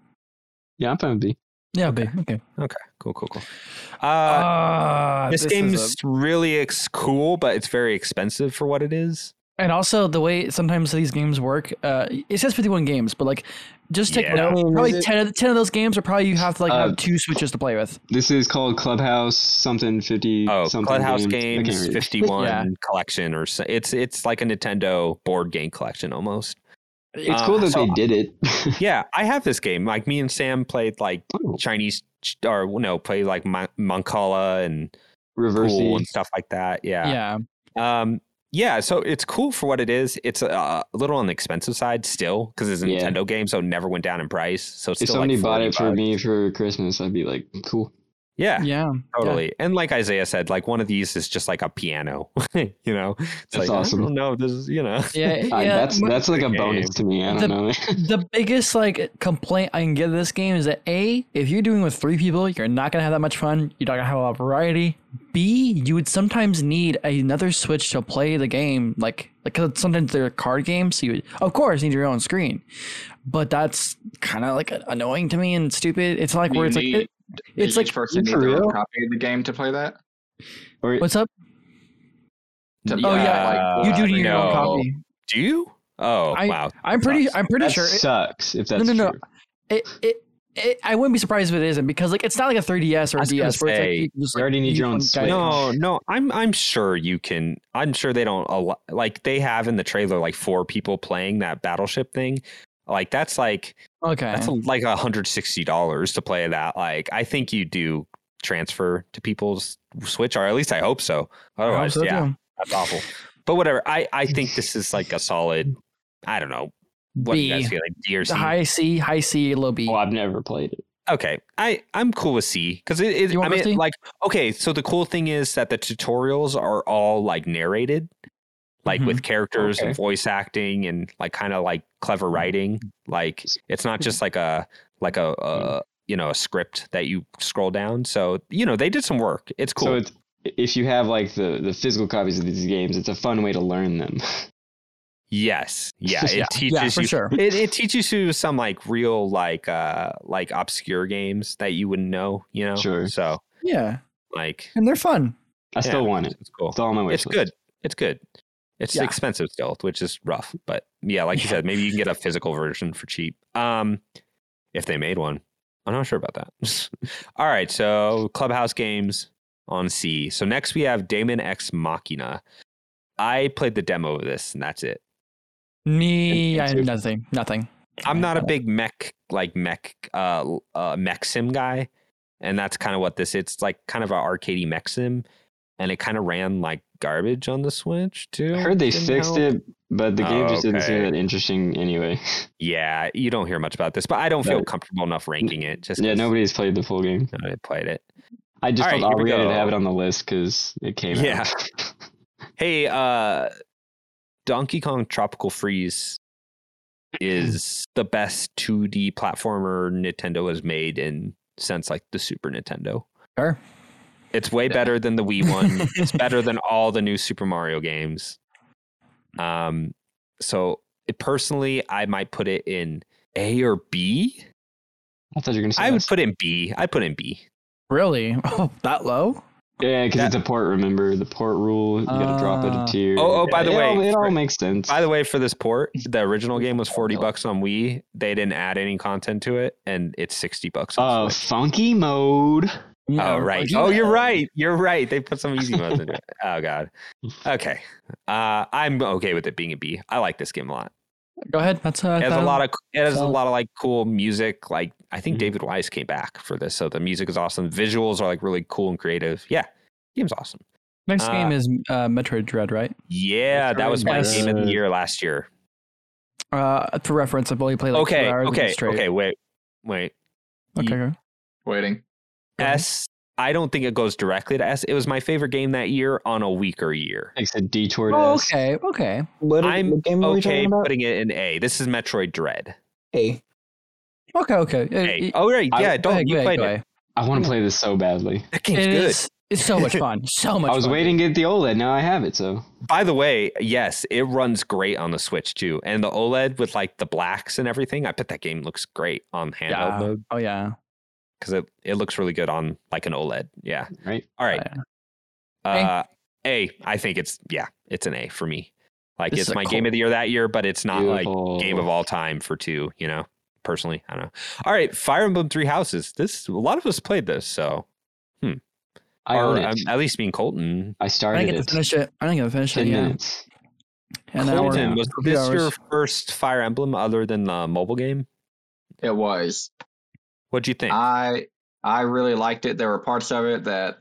Yeah, I'm fine with B. Yeah, B. Okay. Cool, cool, cool. Uh, Uh, this, is game's really ex- cool, but it's very expensive for what it is. a- and also the way sometimes these games work. Uh, it says fifty-one games, but like, just take Yeah. note, Game, is Probably it? 10 of, 10 of those games are probably you have to like Uh, have two switches to play with. This is called Clubhouse something fifty. Oh, something Clubhouse I can't Games read. 51 Yeah. collection or so. It's it's like a Nintendo board game collection almost. It's Uh, cool that so- they did it. Yeah, I have this game. Like me and Sam played like Oh, Chinese ch- or no, played like Mon- Moncala and Pool Reversing. and stuff like that. Yeah. Yeah. Yeah. Um yeah, so it's cool for what it is. It's uh, a little on the expensive side still because it's a Yeah. Nintendo game, so it never went down in price. So it's If still somebody like bought 40 it for bucks. me for Christmas, I'd be like, cool. Yeah, yeah, totally. And like Isaiah said, like one of these is just like a piano. you know, it's That's like, awesome. I don't know. if This is you know. yeah, yeah. Uh, that's my- that's like a Okay. bonus to me. I The- don't know. the biggest like complaint I can give this game is that a if you're doing with three people, you're not gonna have that much fun. You're not gonna have a lot of variety. B you would sometimes need another switch to play the game, like like 'cause sometimes they're card games. So you would, of course need your own screen, but that's kind of like annoying to me and stupid. It's like where You it's like need- it, it's Does like each person need for their own real? copy of the game to play that. Or what's up? To Oh, buy, yeah, like, you Uh, do need your own no. copy. Do you? Oh I- wow! I'm that pretty. sucks. I'm pretty that sure. it- sucks if that's no, no. true. It, it, it, I wouldn't be surprised if it isn't because like it's not like a 3DS or I a was gonna DS where it's like say, you can just, you like, already need use your own one guy. Switch. No, no, I'm I'm sure you can. I'm sure they don't allow, like they have in the trailer like four people playing that battleship thing. Like that's like Okay. that's like hundred sixty dollars to play that. Like I think you do transfer to people's Switch, or at least Oh, I hope so. I hope Otherwise, so, yeah, too. that's awful. But whatever. I I think this is like a solid. I don't know what do you B. guys Oh, feel like D or C. High C, high C, low B. Well, Oh, I've never played it. okay i i'm cool with c because it, it You i want to mean see? like okay so the cool thing is that the tutorials are all like narrated like with characters and Okay. voice acting and like kind of like clever writing like it's not just like a like a, a you know a script that you scroll down so you know they did some work it's cool So it's if you have like the the physical copies of these games, it's a fun way to learn them. yes yeah it Yeah. teaches yeah, for you sure. it, it teaches you some like real like uh like obscure games that you wouldn't know you know Sure. so Yeah, like and they're fun. I still yeah, want it. it's cool It's all on my wish it's list. good. It's good. It's Yeah. expensive still, which is rough. But yeah, like you Yeah. said, maybe you can get a physical version for cheap. Um, if they made one, I'm not sure about that. All right, so Clubhouse Games on C. So next we have Damon X Machina. I played the demo of this and that's it. Me, I nothing, nothing. I'm not a big mech like mech uh, uh mech sim guy, and that's kind of what this. It's like kind of an arcadey mech sim, and it kind of ran like garbage on the Switch too. I heard they Didn't fixed help. it, but the game Oh, just didn't seem okay. that interesting anyway. Yeah, you don't hear much about this, but I don't feel No. comfortable enough ranking it. Just yeah, 'cause nobody's played the full game. nobody played it. I just All right, felt here we obligated go. to have it on the list because it came Yeah. out. Hey, uh Donkey Kong Tropical Freeze is the best 2D platformer Nintendo has made in since like the Super Nintendo. Sure. It's way Yeah. better than the Wii E one. it's better than all the new Super Mario games. Um so it, personally I might put it in A or B. I thought you were gonna say I would that's- put in B. I'd put in B. Really? Oh, that low? yeah, because it's that- a port. Remember the port rule? You gotta drop it Ah. a tier. Oh, oh, by the It all- way, it all for- makes sense. By the way, for this port, the original game was 40 bucks on Wii. They didn't add any content to it, and it's 60 bucks on Oh, uh, Switch. funky mode. Oh, right. Oh, you're right. You're right. They put some easy modes into it. Oh, God. Okay. Uh, I'm okay with it being a B. I like this game a lot. Go ahead. That's uh, It has a that- lot of it has a solid. lot of like cool music. Like I Mm-hmm. think Mhm. David Wise came back for this, so the music is awesome. Visuals are like really cool and creative. Yeah, game's awesome. Next uh, game is uh, Metroid Dread, right? Yeah, that was my Yes. game of the year last year. Uh, for reference, I've only played like Okay, two hours of it okay, straight. okay. Wait, wait. okay, okay. Waiting. Mhm. S. I don't think it goes directly to S. It was my favorite game that year on a weaker year. It's a detour. Oh, disc. okay, okay. What, I'm what game are we okay talking about? putting it in A. This is Metroid Dread. A. Okay, okay. It- A. it- Oh right, I- yeah. Uh, go Don't ahead, you go ahead, played go it? ahead. I want to play this so badly. That game's It good. is- It's so much fun. So much. I was fun. waiting to get the OLED. Now I have it. So By the way, yes, it runs great on the Switch too, and the OLED with like the blacks and everything. I bet that game looks great on handheld Yeah. mode Oh yeah. because it it looks really good on like an OLED. Yeah. right. All right. yeah. A. Uh, a. I think it's yeah, it's an A for me. Like This is it's a my cult. game of the year that year, but it's not like game of Beautiful. all time for two, you know, personally. I don't know. All right, Fire Emblem Three Houses. This a lot of us played this, so I or, own it. um, at least me and Colton. I I didn't started get it. to finish it. I didn't get to finish it. Ten Yeah. minutes. And now Cool. we're Colton, hour. was Two this your hours. first Fire Emblem other than the mobile game? It was. What'd you think? Uh, I I really liked it. There were parts of it that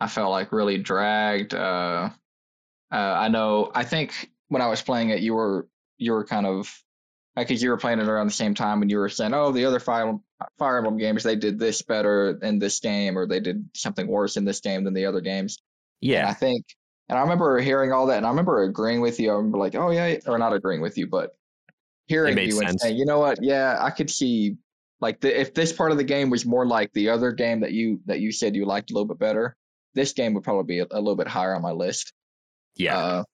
I felt like really dragged. Uh, uh, I know. I think when I was playing it, you were you were kind of like 'cause you were playing it around the same time, and you were saying, "Oh, the other Fire Emblem, Fire Emblem games they did this better in this game, or they did something worse in this game than the other games." And I yeah, think, and I remember hearing all that, and I remember agreeing with you. I remember like, "Oh yeah," or not agreeing with you, but hearing made you and sense. saying, "You know what? Yeah, I could see like the, if this part of the game was more like the other game that you that you said you liked a little bit better, this game would probably be a, a little bit higher on my list." yeah. Uh,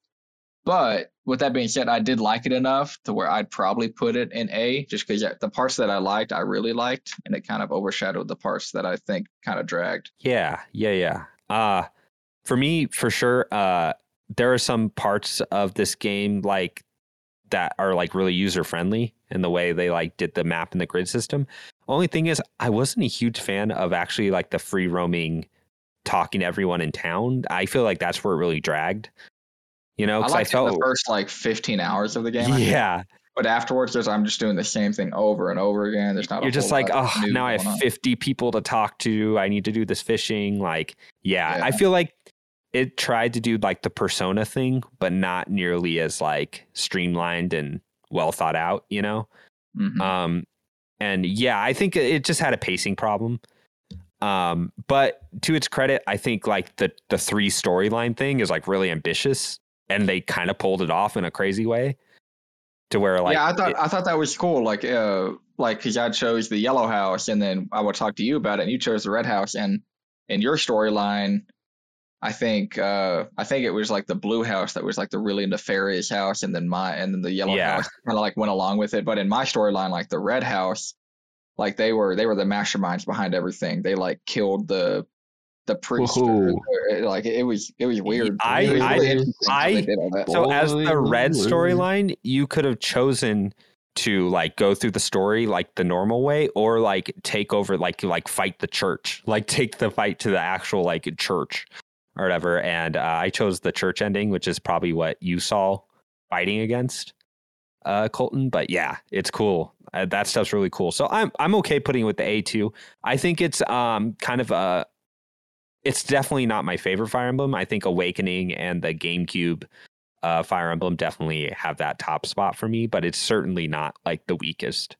but with that being said, I did like it enough to where I'd probably put it in A, just because the parts that I liked, I really liked, and it kind of overshadowed the parts that I think kind of dragged. Yeah, yeah, yeah. Uh for me, for sure, uh there are some parts of this game like that are like really user friendly in the way they like did the map and the grid system. Only thing is I wasn't a huge fan of actually like the free roaming talking to everyone in town. I feel like that's where it really dragged. You know, I because I, liked it felt the first like 15 hours of the game. I think. Yeah. But afterwards, there's I'm just doing the same thing over and over again. There's not. You're a just whole like, lot oh new now I going on." have fifty people to talk to. I need to do this fishing. Like yeah, I Yeah. feel like it tried to do like the persona thing, but not nearly as like streamlined and well thought out, you know? Mhm. Um and yeah, I think it just had a pacing problem. Um, but to its credit, I think like the the three storyline thing is like really ambitious and they kind of pulled it off in a crazy way. To where like yeah, I thought it- I thought that was cool. Like, uh, like because I chose the yellow house, and then I would talk to you about it, and you chose the red house, and in your storyline, I think uh, I think it was like the blue house that was like the really nefarious house, and then my and then the yellow Yeah. house kind of like went along with it. But in my storyline, like the red house, like they were they were the masterminds behind everything. They like killed the the priest. Or, Whoa. or, like it was it was weird. to I- me. It was I- really interesting how they I- did all that. So as the Boiling red water. storyline, you could have chosen to like go through the story like the normal way or like take over like like fight the church like take the fight to the actual like church or whatever and uh, i chose the church ending which is probably what you saw fighting against uh colton but yeah it's cool uh, that stuff's really cool so i'm i'm okay putting it with the a2 i think it's um kind of a it's definitely not my favorite fire emblem i think awakening and the gamecube uh, Fire Emblem definitely have that top spot for me, but it's certainly not like the weakest.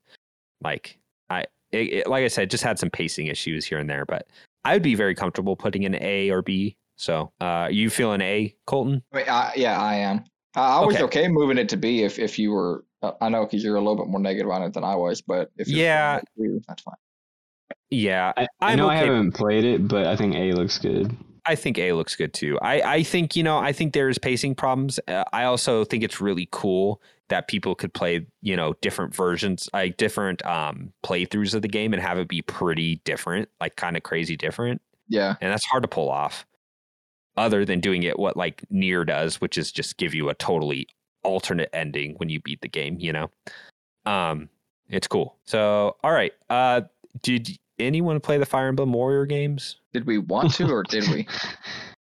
Like I, it, it, like I said, just had some pacing issues here and there, but I would be very comfortable putting an A or B. So, uh, you feel an A, Colton? I mean, I, yeah, I am. I, I was okay. okay. moving it to B if if you were. uh, I know because you're a little bit more negative on it than I was, but if yeah, fine, that's fine. Yeah, I, I know okay. I haven't played it, but I think A looks good. I think A looks good too. I, I think, you know, I think there's pacing problems. Uh, I also think it's really cool that people could play, you know, different versions, like different um, playthroughs of the game and have it be pretty different, like kind of crazy different. Yeah. And that's hard to pull off other than doing it what like Near does, which is just give you a totally alternate ending when you beat the game, you know? Um, it's cool. So, all right. Uh, did anyone play the Fire Emblem Warrior games? Uh, Did we want to or did we?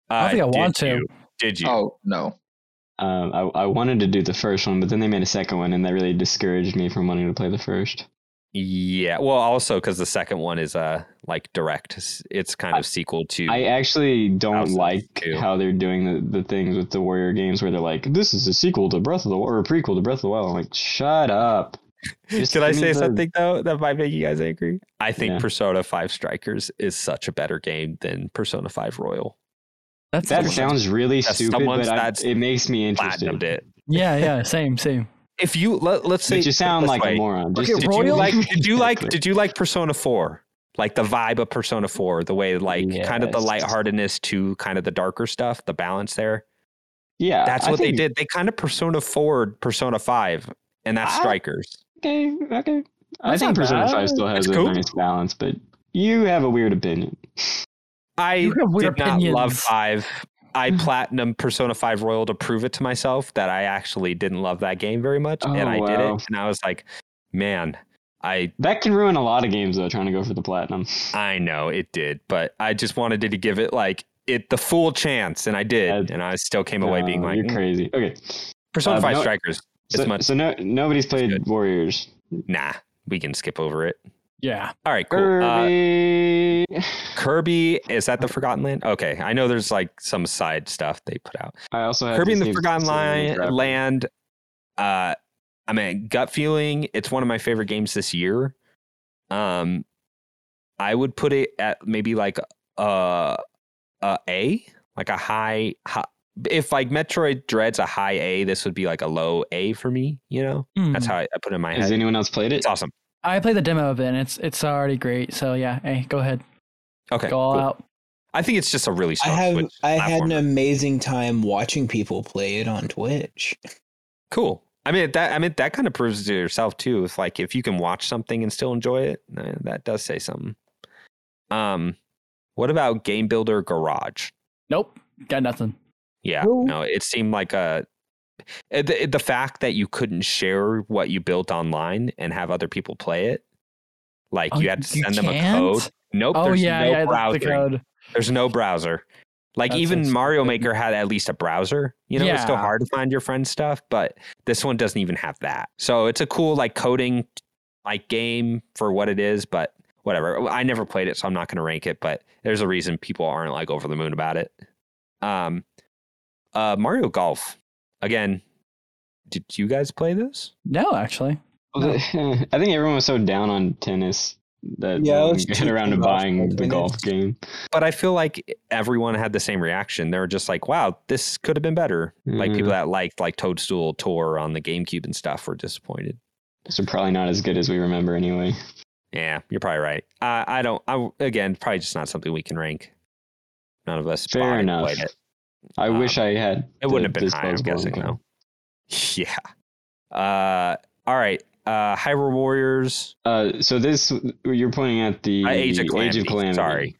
I think I want did to. You? Did you? Oh no. Um, I, I wanted to do the first one, but then they made a second one, and that really discouraged me from wanting to play the first. Yeah. Well, also because the second one is uh like direct. It's kind of sequel to. I actually don't like how they're doing the, the things with the Warrior games, where they're like, "This is a sequel to Breath of the Wild or a prequel to Breath of the Wild." I'm like, "Shut up." Just Did I say the... something though that might make you guys angry? I think yeah. Persona 5 Strikers is such a better game than Persona 5 Royal. That's that sounds really stupid, but I, it makes me interested. It. Yeah, yeah, same, same. If you let, us say but you sound like way. a moron. Just okay, did Royal? you like did you like did you like Persona 4? Like the vibe of Persona 4, the way like yes. kind of the lightheartedness to kind of the darker stuff, the balance there. Yeah. That's what think... they did. They kind of Persona 4, Persona 5 and that's strikers. I, okay, okay. That's I think Persona Five still has that's a cool. nice balance, but you have a weird opinion. I weird did opinions. Mm. not love Five. I platinum Persona Five Royal to prove it to myself that I actually didn't love that game very much, oh, and I wow. did it, and I was like, man. I that can ruin a lot of games though. Trying to go for the platinum. I know it did, but I just wanted to give it like it the full chance, and I did, that's, and I still came away uh, being like, "You're crazy." Okay, Persona uh, Five no, Strikers so, so no, nobody's played good. Warriors. Nah, we can skip over it. Yeah. All right. Cool. Kirby. Uh, Kirby is that the Forgotten Land? Okay, I know there's like some side stuff they put out. I Uh, also Kirby in the Forgotten Line, Land. Uh, I mean, gut feeling. It's one of my favorite games this year. Um, I would put it at maybe like uh, uh a like a high, high if like Metroid Dread's a high A, this would be like a low A for me. You know, mm. that's how I, I, put it in my head. Has anyone else played it? It's awesome. Hmm. I played the demo of it, and it's it's already great. So yeah, hey, go ahead. Okay, go all cool. out. I think it's just a really I have I had an platformer. amazing time watching people play it on Twitch. Cool. I mean that. I mean that kind of proves to yourself too. If like if you can watch something and still enjoy it, uh, that does say something. Um, what about Game Builder Garage? Nope, got nothing. Yeah, no, it seemed like a eh, the, the fact that you couldn't share what you built online and have other people play it, like oh, you had to you send them can't? a code. Nope, oh, there's yeah, no yeah, browser. The code. There's no browser. Like That even sounds Mario stupid. Maker had at least a browser. You know, it's still Yeah. hard to find your friend's stuff, but this one doesn't even have that. So it's a cool like coding like game for what it is, but whatever. I never played it, so I'm not gonna rank it, but there's a reason people aren't like over the moon about it. Um uh Mario Golf. Again, did you guys play this? No, actually. Well, the- I think everyone was so down on tennis that Yeah, no one let's got keep around the to golf buying for the golf tennis. game. But I feel like everyone had the same reaction. They were just like, wow, this could have been better. Like Mm-hmm. people that liked like Toadstool Tour on the GameCube and stuff were disappointed. So probably not as good as we remember anyway. Yeah, you're probably right. I I don't I again, probably just not something we can rank. None of us Fair bought and enough. played it. I Um, wish I had. It wouldn't have been high, I'm disposable guessing income. though. Yeah. Uh all right. Uh Hyrule Warriors, Uh, so this you're pointing at the uh, Age of Calamity. Calamity. Sorry.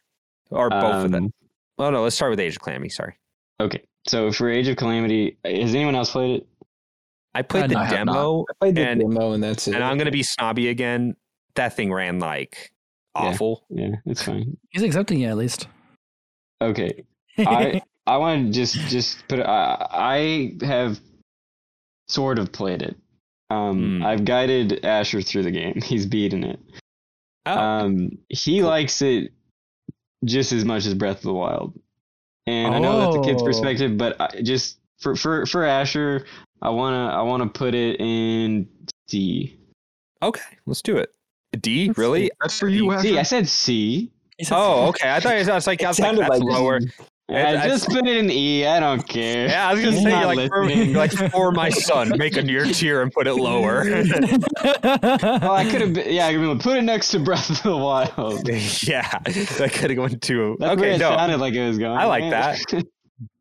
Or both of them. Um, Oh no, let's start with Age of Calamity. Sorry. Okay, so for Age of Calamity, has anyone else played it? I played the I have not. demo, I played the And- demo and that's it. and I'm gonna be snobby again. That thing ran like Yeah. awful. Yeah, it's fine. He's accepting it at least. Okay, I I want to just just put I I have sort of played it. Um, Hmm. I've guided Asher through the game. He's beaten it. Oh, Um, he likes it just as much as Breath of the Wild. And I know that's a kid's Oh. perspective, but I just for for for Asher, I wanna I wanna put it in C. okay, let's do it. D really? That's for you, C. I Asher. said C. He said- Oh, okay. I thought it was, I was like, I was like that's lower. I I- I- just put it in E. I don't care. Yeah, I was gonna He's say not like for, listening. like for my son, make a near tier and put it lower. Well, I could have. Yeah, I could have put it next to Breath of the Wild. yeah, that could have went to That's where okay. it No, sounded like it was going. I like Yeah. that.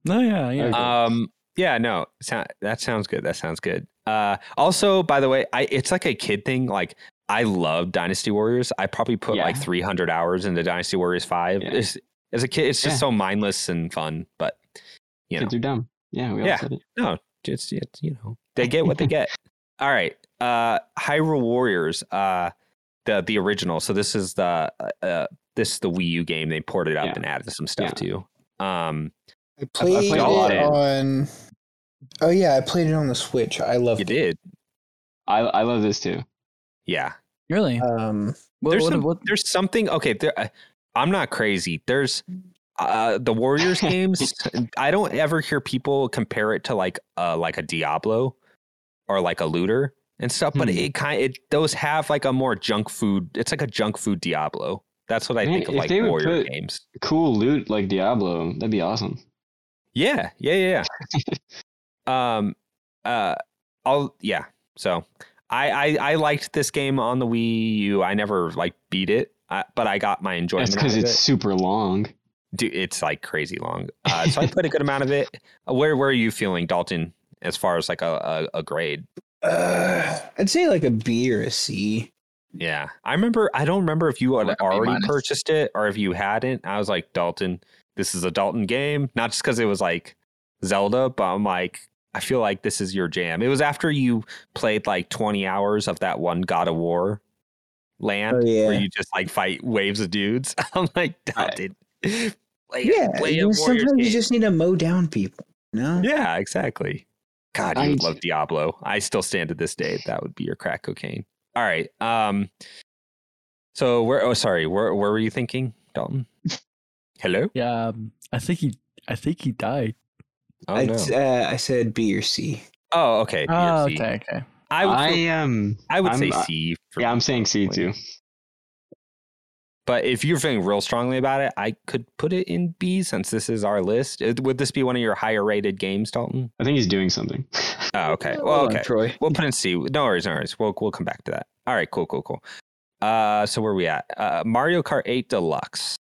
no, yeah, yeah. Okay. um, yeah, no, sound, that sounds good. That sounds good. Uh, also, by the way, I it's like a kid thing. Like I love Dynasty Warriors. I probably put Yeah. like 300 hours into Dynasty Warriors Five. Yeah. It's- as a kid, it's just Yeah. so mindless and fun. But you know, Kids are dumb. Yeah, we all Yeah. said it. just it's, you know they get what they get. All right, uh, Hyrule Warriors, uh, the the original. So this is the uh, uh, this is the Wii U game. They ported up Yeah. and added some stuff too. Um, I played, played it a lot of it. on. Oh yeah, I played it on the Switch. I loved you it. did, I I love this too. yeah. Really? Um, What- Uh, there's what- some- what- There's something okay. There, uh, I'm not crazy. There's uh, the Warriors games. I don't ever hear people compare it to like uh like a Diablo or like a looter and stuff. But Hmm. it kind it those have like a more junk food. It's like a junk food Diablo. That's what I Man, think of if like they would Warrior put- games. Cool loot like Diablo. That'd be awesome. Yeah, yeah, yeah. yeah. um, uh, I'll yeah. So I, I I liked this game on the Wii U. I never like beat it, I, but I got my enjoyment. That's out because of it's it. super long. Dude, it's like crazy long. Uh, so I put a good amount of it. Uh, Where where are you feeling, Dalton, as far as like a, a, a grade? uh, I'd say like a B or a C. Yeah. I remember I don't remember if you had I'm like a B already minus. purchased it or if you hadn't. I was like, Dalton, this is a Dalton game. Not just because it was like Zelda, but I'm like, I feel like this is your jam. It was after you played like 20 hours of that one God of War land Oh, yeah. where you just like fight waves of dudes. I'm like, Right. Dalton. Play, Yeah, play you a know, Warriors sometimes you game." just need to mow down people. No, Yeah, exactly. God, you I- would love Diablo. I still stand to this day. That would be your crack cocaine. All right. Um. So where? Oh, sorry. Where? Where were you thinking, Dalton? Hello. yeah, um, I think he, I think he died. Oh I'd, no. uh, I said B or C. Oh, okay. Oh, you're C. okay, okay. I would. I feel- am. I would I'm- say I- C. for Yeah, you, I'm saying C probably. too. But if you're feeling real strongly about it, I could put it in B since this is our list. It- Would this be one of your higher rated games, Dalton? I think he's doing something. Oh, okay. Well, Hold on, okay. Troy. We'll put in C. No worries, no worries. We'll we'll come back to that. All right, cool, cool, cool. Uh, so where are we at? Uh, Mario Kart 8 Deluxe.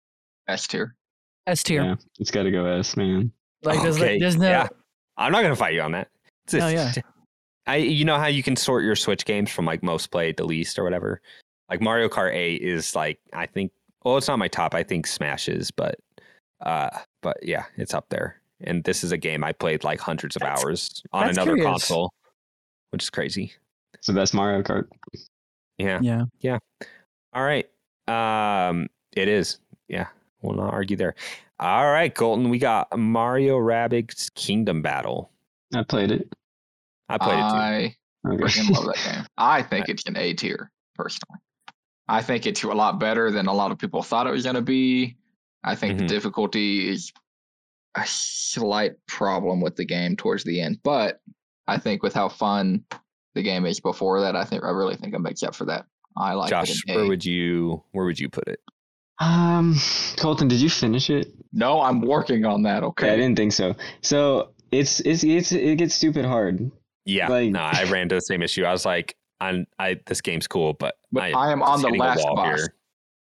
S tier. S tier. yeah, it's got to go S, man. Like there's Okay, like there's no. yeah. I'm not gonna fight you on that. It's No, Oh, yeah. I you know how you can sort your Switch games from like most played to least or whatever. Like Mario Kart 8 is like I think well it's not my top. I think Smash is, but uh, but yeah, it's up there. And this is a game I played like hundreds of That's- hours on that's another curious. console, which is crazy. It's the best Mario Kart. Yeah. Yeah. All right. Um, it is. Yeah. We'll not argue there. All right, Colton. We got Mario Rabbids Kingdom Battle. I played it. I played it I Okay. freaking love that game. I think it's an A tier personally. I think it's a lot better than a lot of people thought it was going to be. I think Mhm. the difficulty is a slight problem with the game towards the end, but I think with how fun the game is before that, I think I really think it makes up for that. I too. like Josh, it. where An a. would you where would you put it? Um, Colton, did you finish it? No, I'm working on that. Yeah, I Okay. didn't think so. So it's it's it's it gets stupid hard. Yeah. Like- no, I ran to the same issue. I was like, I'm, I this game's cool, but, But I am just on the hitting a last wall boss.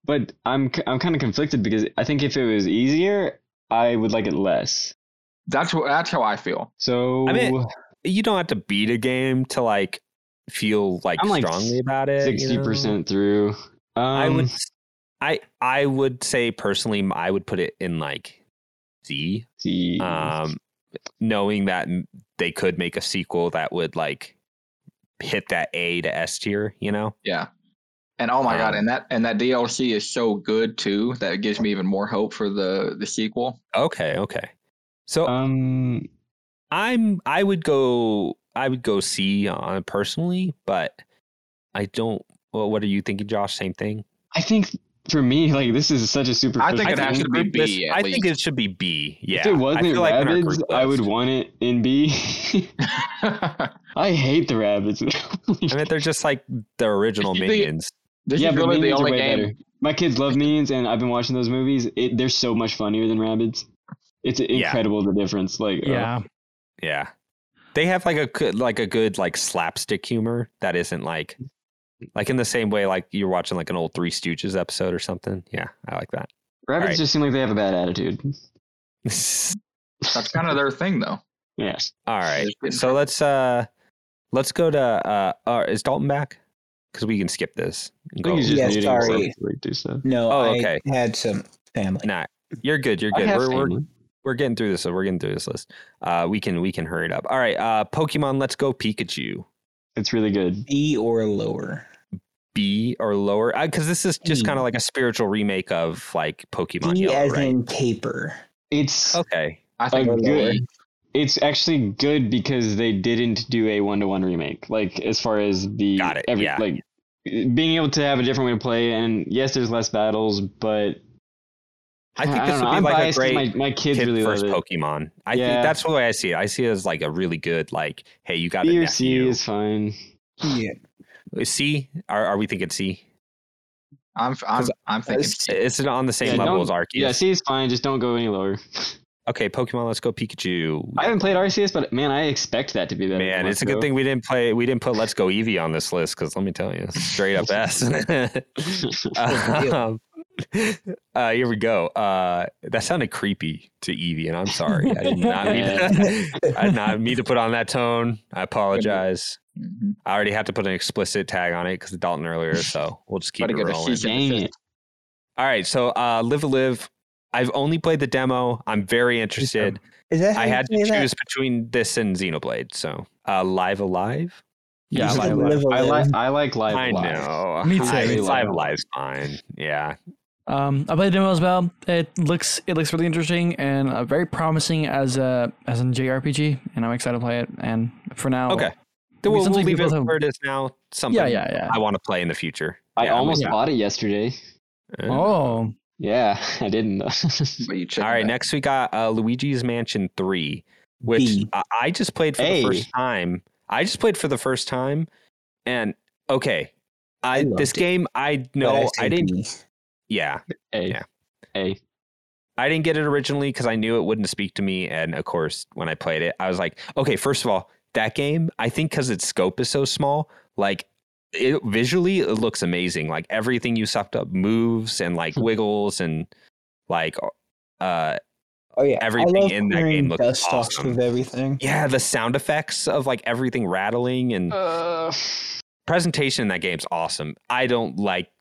But I'm c- I'm kind of conflicted because I think if it was easier, I would like it less. That's what that's how I feel. So I mean, You don't have to beat a game to like feel like I'm, like, strongly about it. you know? sixty percent through. Um, I would I I would say personally I would put it in like D see. um, knowing that m- they could make a sequel that would like hit that A to S tier, you know? Yeah. And oh my god, Um, and that and that DLC is so good too that it gives me even more hope for the the sequel. Okay, okay. So Um, I'm I would go I would go C on personally, but I don't well, what are you thinking, Josh? Same thing? I think for me, like this is such a super. I think it I has think to be this- B at I think it least. should be B. Yeah. If it I wasn't feel like in our rabbits, group I would list- want it in B. I hate the rabbits. I mean, they're just like the original You think- minions. this yeah, is but really the minions are only way game. better. My kids love minions, and I've been watching those movies. It, they're so much funnier than rabbits. It's incredible the difference. Like, oh. Yeah. Yeah, they have like a good, like a good like slapstick humor that isn't like like in the same way like you're watching like an old Three Stooges episode or something. Yeah, I like that. rabbits Alright. just seem like they have a bad attitude. That's kind of their thing though. yes. All right, Just getting so started. let's uh let's go to uh, uh is Dalton back? Because we can skip this. and I think he's go- just Yeah, muting sorry. himself to, like, do stuff. No, Oh, I okay. had some family. Nah, you're good. You're I good. have We're, we're family. we're getting through this. We're getting through this list. Uh, we can we can hurry it up. All right, uh, Pokemon. Let's go Pikachu. It's really good. B or lower. B or lower? Because this is just B. Hmm. kind of like a spiritual remake of like Pokemon B Yellow, as right? in paper. It's Okay. I a think Oh, it's good. B. It's actually good because they didn't do a one to one remake. Like as far as the Got it, yeah. like being able to have a different way to play. And yes, there's less battles, but I think I this don't know. would be I'm like a biased 'cause great my, my kids kid really first love it. Pokemon. I Yeah. think that's the way I see it. I see it as like a really good like, hey, you got a B or C nephew. is fine. Yeah. Is C? Are, are we thinking Uh, C? I'm I'm I'm thinking Is, C. is it on the same Yeah, level as don't- Arceus? Yeah, C is fine. Just don't go any lower. Okay, Pokemon. Let's go Pikachu. I haven't played Arceus, but man, I expect that to be better. than Man, Let's it's a good Go. thing we didn't play. We didn't put Let's Go Eevee on this list because let me tell you, it's straight up S. um, uh, here we go. Uh, that sounded creepy to Evie, and I'm sorry. I did not mean to, I did not mean to put on that tone. I apologize. Mhm. I already had to put an explicit tag on it because Dalton earlier, so we'll just keep Gotta it get a rolling. season Dang it. All right, so uh, live a live. I've only played the demo. I'm very interested. Is that how I you had to say choose that? between this and Xenoblade. So uh, live alive. Yeah. You I said like live live. I alive. like I like live. I alive. know. Me I, too. Live Alive's fine. Yeah. Um, I played the demo as well. It looks it looks really interesting and uh, very promising as a as an JRPG, and I'm excited to play it. And for now, Okay. I Then we'll, mean, we'll something leave it people have- where it is now. Something yeah, yeah, yeah. I want to play in the future. I Yeah, I'm almost with bought it yesterday. you. Uh, Oh, Yeah, I didn't. though. But you check All right. it out. Next, we got uh, Luigi's Mansion 3, which B. I, I just played for Hey. the first time. I just played for the first time. And okay. I, loved this it. game, I But know I, said didn't. B. Yeah. hey, Yeah. hey, I didn't get it originally because I knew it wouldn't speak to me. And of course, when I played it, I was like, okay, first of all, that game, I think because its scope is so small, like it visually it looks amazing. Like everything you sucked up moves and like Hmm. wiggles and like uh Oh yeah, everything I love in that game clearing looks dust awesome. off of everything. yeah, the sound effects of like everything rattling and uh, presentation in that game's awesome. I don't like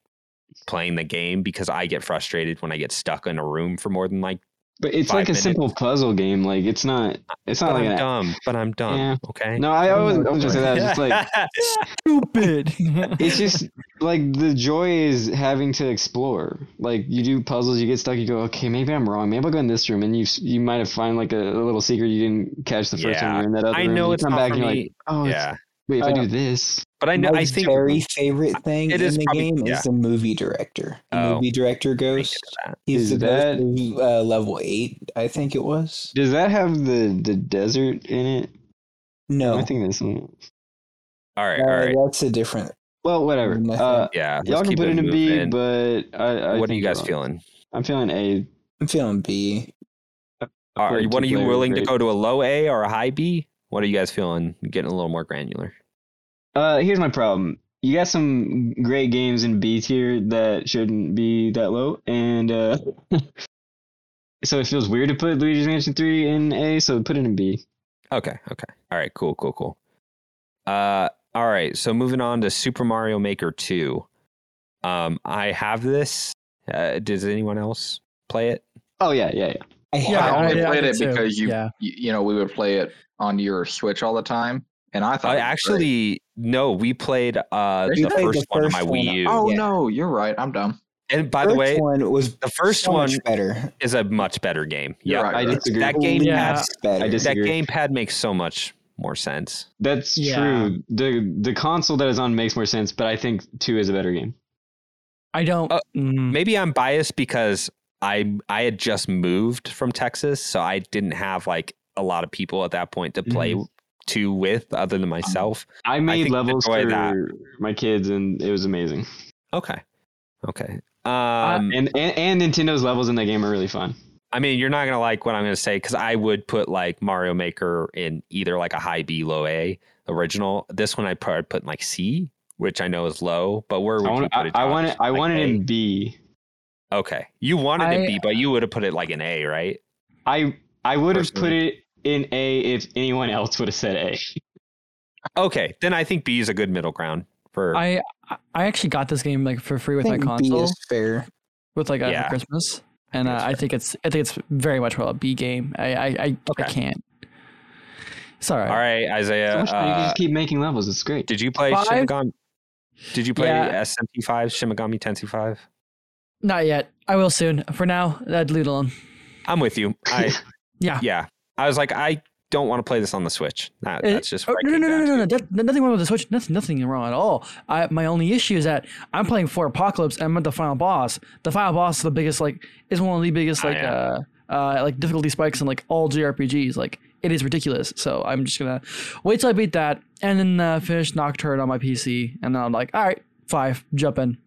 playing the game because I get frustrated when I get stuck in a room for more than like but it's Five like a minutes. simple puzzle game. Like it's not. It's not but like I'm an. dumb, but I'm dumb. Oh, Yeah. Okay. No, I, I Oh was. my I was just saying that. I was just like, stupid. it's just like the joy is having to explore. Like you do puzzles, you get stuck, you go, okay, maybe I'm wrong. Maybe I'll go in this room, and you s- you might have find like a, a little secret you didn't catch the first time Yeah. you're in that other I room. know you it's come not back for and you're me. like, oh, it's- yeah, wait, if I, I do this, but I know. My I think very favorite thing it in is the probably- game yeah. is the movie director. The Oh. movie director Think ghost. of that. He's Is the that- ghost of uh, level eight, I think it was. does that have the the desert in it? No, I think that's something. else. All right, uh, all right. that's a different. Well, whatever. Nothing. Uh, Yeah, let's y'all can keep put it in a B, moving. but I, I what are think you you're guys wrong. feeling? I'm feeling A. I'm feeling B. Are player, what are you two-player, willing to great. go to a low A or a high B? What are you guys feeling? Getting a little more granular. Uh, here's my problem. You got some great games in B tier that shouldn't be that low, and uh, so it feels weird to put Luigi's Mansion Three in A. So put it in B. Okay, okay. All right, cool, cool, cool. Uh, all right. So moving on to Super Mario Maker Two. Um, I have this. Uh, does anyone else play it? Oh yeah, yeah, yeah. I I have only I- I played did it too. because you- Yeah. You, you know we would play it on your Switch all the time, and Oh, I thought I it was great. actually no, we played uh You the played the first one on my first one. Wii U. Oh Yeah. no, you're right. I'm dumb. and by the First way, one was the first so one much better. is a much better game. You're Yeah. right. I you're right. disagree. That game Yeah. pad, It's better. I just- that disagree. gamepad makes so much more sense. That's Yeah. true. The the console that is on makes more sense, but I think two is a better game. I don't. Uh, mm, Maybe I'm biased because I I had just moved from Texas, so I didn't have like a lot of people at that point to play Mm-hmm. two with other Uh-huh. than myself. I made think the levels joy for of that- my kids, and it was amazing. Okay. Okay. Uh, Um, And, and and Nintendo's levels in that game are really fun. I mean, you're not gonna like what I'm gonna say because I would put like Mario Maker in either like a high B, low A original. This one I probably put in like C, which I know is low, but where would I you want put I, it? I Josh? want it I Like want it A? in B. Okay, you wanted it I- uh, in B, but you would have put it like an A, right? I I would have put Personally. it in A if anyone else would have said A. Okay, then I think B is a good middle ground for. I I actually got this game like for free I with my think B console is fair. with like uh, Yeah. Christmas, think and uh, it's I fair. think it's I think it's very much well a B game. I I I, Okay. I can't. It's all right. all right, Isaiah. So much fun. you can uh, just keep making levels. It's great. did you play Five? Shimigami? Did you play Yeah. SMT five Shimigami Tensei five? Not yet. I will soon. For now, that lead alone. I'm with you. I Yeah. yeah. I was like, I don't want to play this on the Switch. That, Eh, that's just Oh, where I no, no, came no, no, down no, to. no, that- no, nothing wrong with the Switch. Nothing, nothing wrong at all. I, my only issue is that I'm playing for Apocalypse and I'm at the final boss. The final boss is the biggest, like, is one of the biggest, Oh, like, uh, uh, like difficulty spikes in like all JRPGs. Like, it is ridiculous. So I'm just gonna wait till I beat that and then uh, finish Nocturne on my PC, and then I'm like, all right, five, jump in.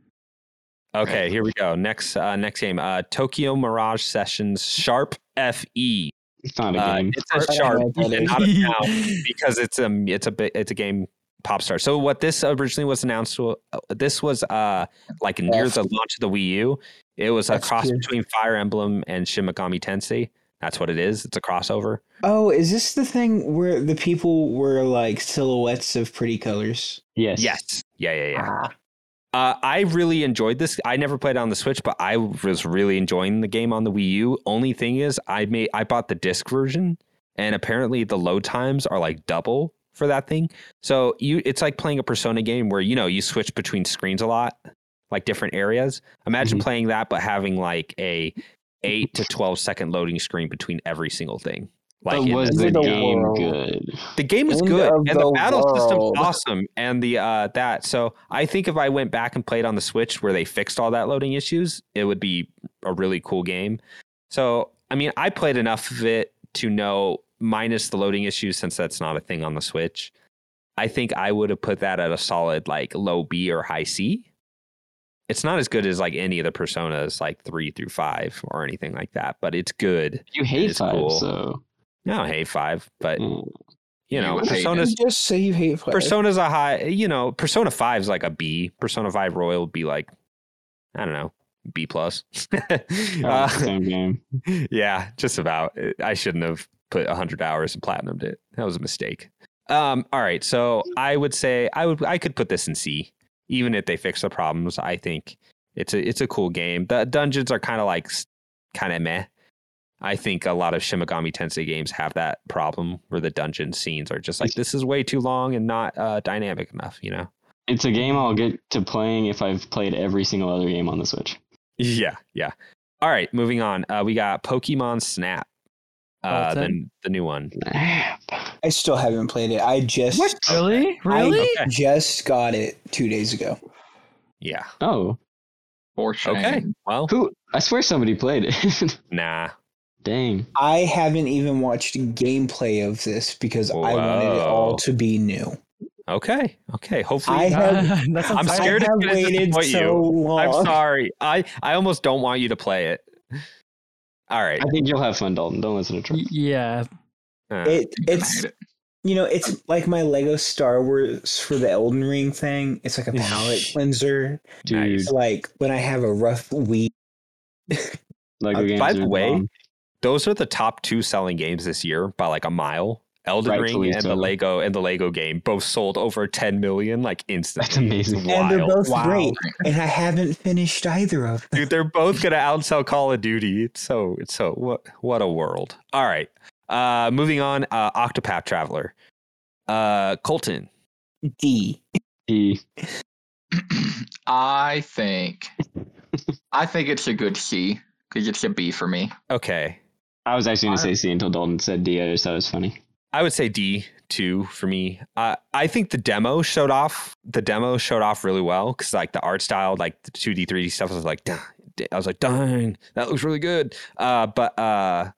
Okay, here we go. Next, uh, next game. Uh, Tokyo Mirage Sessions Sharp FE. It's not a Uh, game. it says I don't Sharp know E. what that and is. not a town because it's a it's a bit it's a game Popstar. So what this originally was announced, to- uh, this was uh like near the launch of the Wii U. It was a That's cross cute. between Fire Emblem and Shin Megami Tensei. That's what it is. It's a crossover. Oh, is this the thing where the people were like silhouettes of pretty colors? Yes. Ah. Yes. Yeah. Yeah. Yeah. Uh, I really enjoyed this. I never played it on the Switch, but I was really enjoying the game on the Wii U. Only thing is, I made I bought the disc version, and apparently the load times are like double for that thing. So you, it's like playing a Persona game where you know you switch between screens a lot, like different areas. Imagine Mhm. playing that, but having like a eight to twelve second loading screen between every single thing. Like But in was this- the End of the game world. good? the game is End good of and the, the battle world. system's awesome and the uh that so i think if i went back and played on the switch where they fixed all that loading issues it would be a really cool game so i mean i played enough of it to know minus the loading issues since that's not a thing on the switch i think i would have put that at a solid like low b or high c it's not as good as like any of the personas like three through five or anything like that but it's good You hate is five, cool. so no hey five but mm. you know You hate it. personas just say you hate fire. Persona's a high, you know, Persona 5 is like a B. Persona 5 Royal would be like, I don't know, B plus. that Uh, was the same game. yeah, just about. I shouldn't have put 100 hours and platinumed it. That was a mistake. Um, all right, so I would say I would I could put this in C, even if they fix the problems. I think it's a it's a cool game. The dungeons are kind of like kind of meh. I think a lot of Shimigami Tensei games have that problem where the dungeon scenes are just like this is way too long and not uh, dynamic enough. You know. It's a game I'll get to playing if I've played every single other game on the Switch. Yeah, yeah. All right, moving on. Uh, we got Pokemon Snap. Uh, That's it. the, the new one. I still haven't played it. I just Really? Really? I just got it two days ago. Yeah. Oh, For Okay. shame. Well, who? I swear somebody played it. nah. Dang. I haven't even watched gameplay of this because I wanted it all Whoa. to be new. Okay. Okay. Hopefully. I have That's I'm insane. scared I it's have gonna waited disappoint so you. long. I'm sorry. I I almost don't want you to play it. All right. I think you'll have fun, Dalton. Don't listen to Troy. Y- Yeah. Uh, It You can it's hate it. you know it's like my Lego Star Wars for the Elden Ring thing. It's like a palette cleanser. Dude, Nice. Like when I have a rough week. Lego games Uh, by the are way, bomb. those are the top two selling games this year by like a mile. Elden Rightfully Ring and so. the Lego and the Lego game both sold over 10 million like instantly. That's amazing. It's And they're wild. both Wow. great. And I haven't finished either of them. Dude, they're both gonna outsell Call of Duty. It's so it's so what what a world. All right. Uh moving on, uh Octopath Traveler. Uh, Colton. D. D. I think I think it's a good C because it's a B for me. Okay, I was actually going to say C until Dalton said D. I just thought it was funny. I would say D two for me. Uh, I think the demo showed off. The demo showed off really well because like the art style, like the two D three D stuff, I was like, "Dang." I was like, dang, that looks really good. Uh, but uh,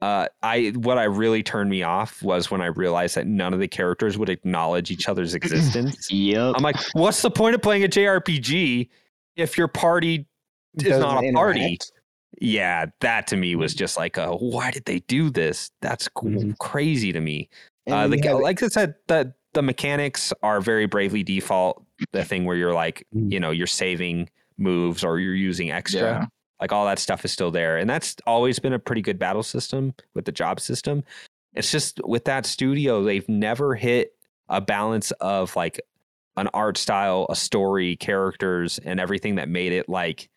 uh, I what I really turned me off was when I realized that none of the characters would acknowledge each other's existence. Yep. I'm like, what's the point of playing a JRPG if your party is not a party? Yeah, that to me was just like, a, why did they do this? That's c- Mhm. crazy to me. Uh, the, we have- like I said, the the mechanics are very bravely default. The thing where you're like, Mm. you know, you're saving moves or you're using extra, like all that stuff is still there, and that's always been a pretty good battle system with the job system. It's just with that studio, they've never hit a balance of like an art style, a story, characters, and everything that made it like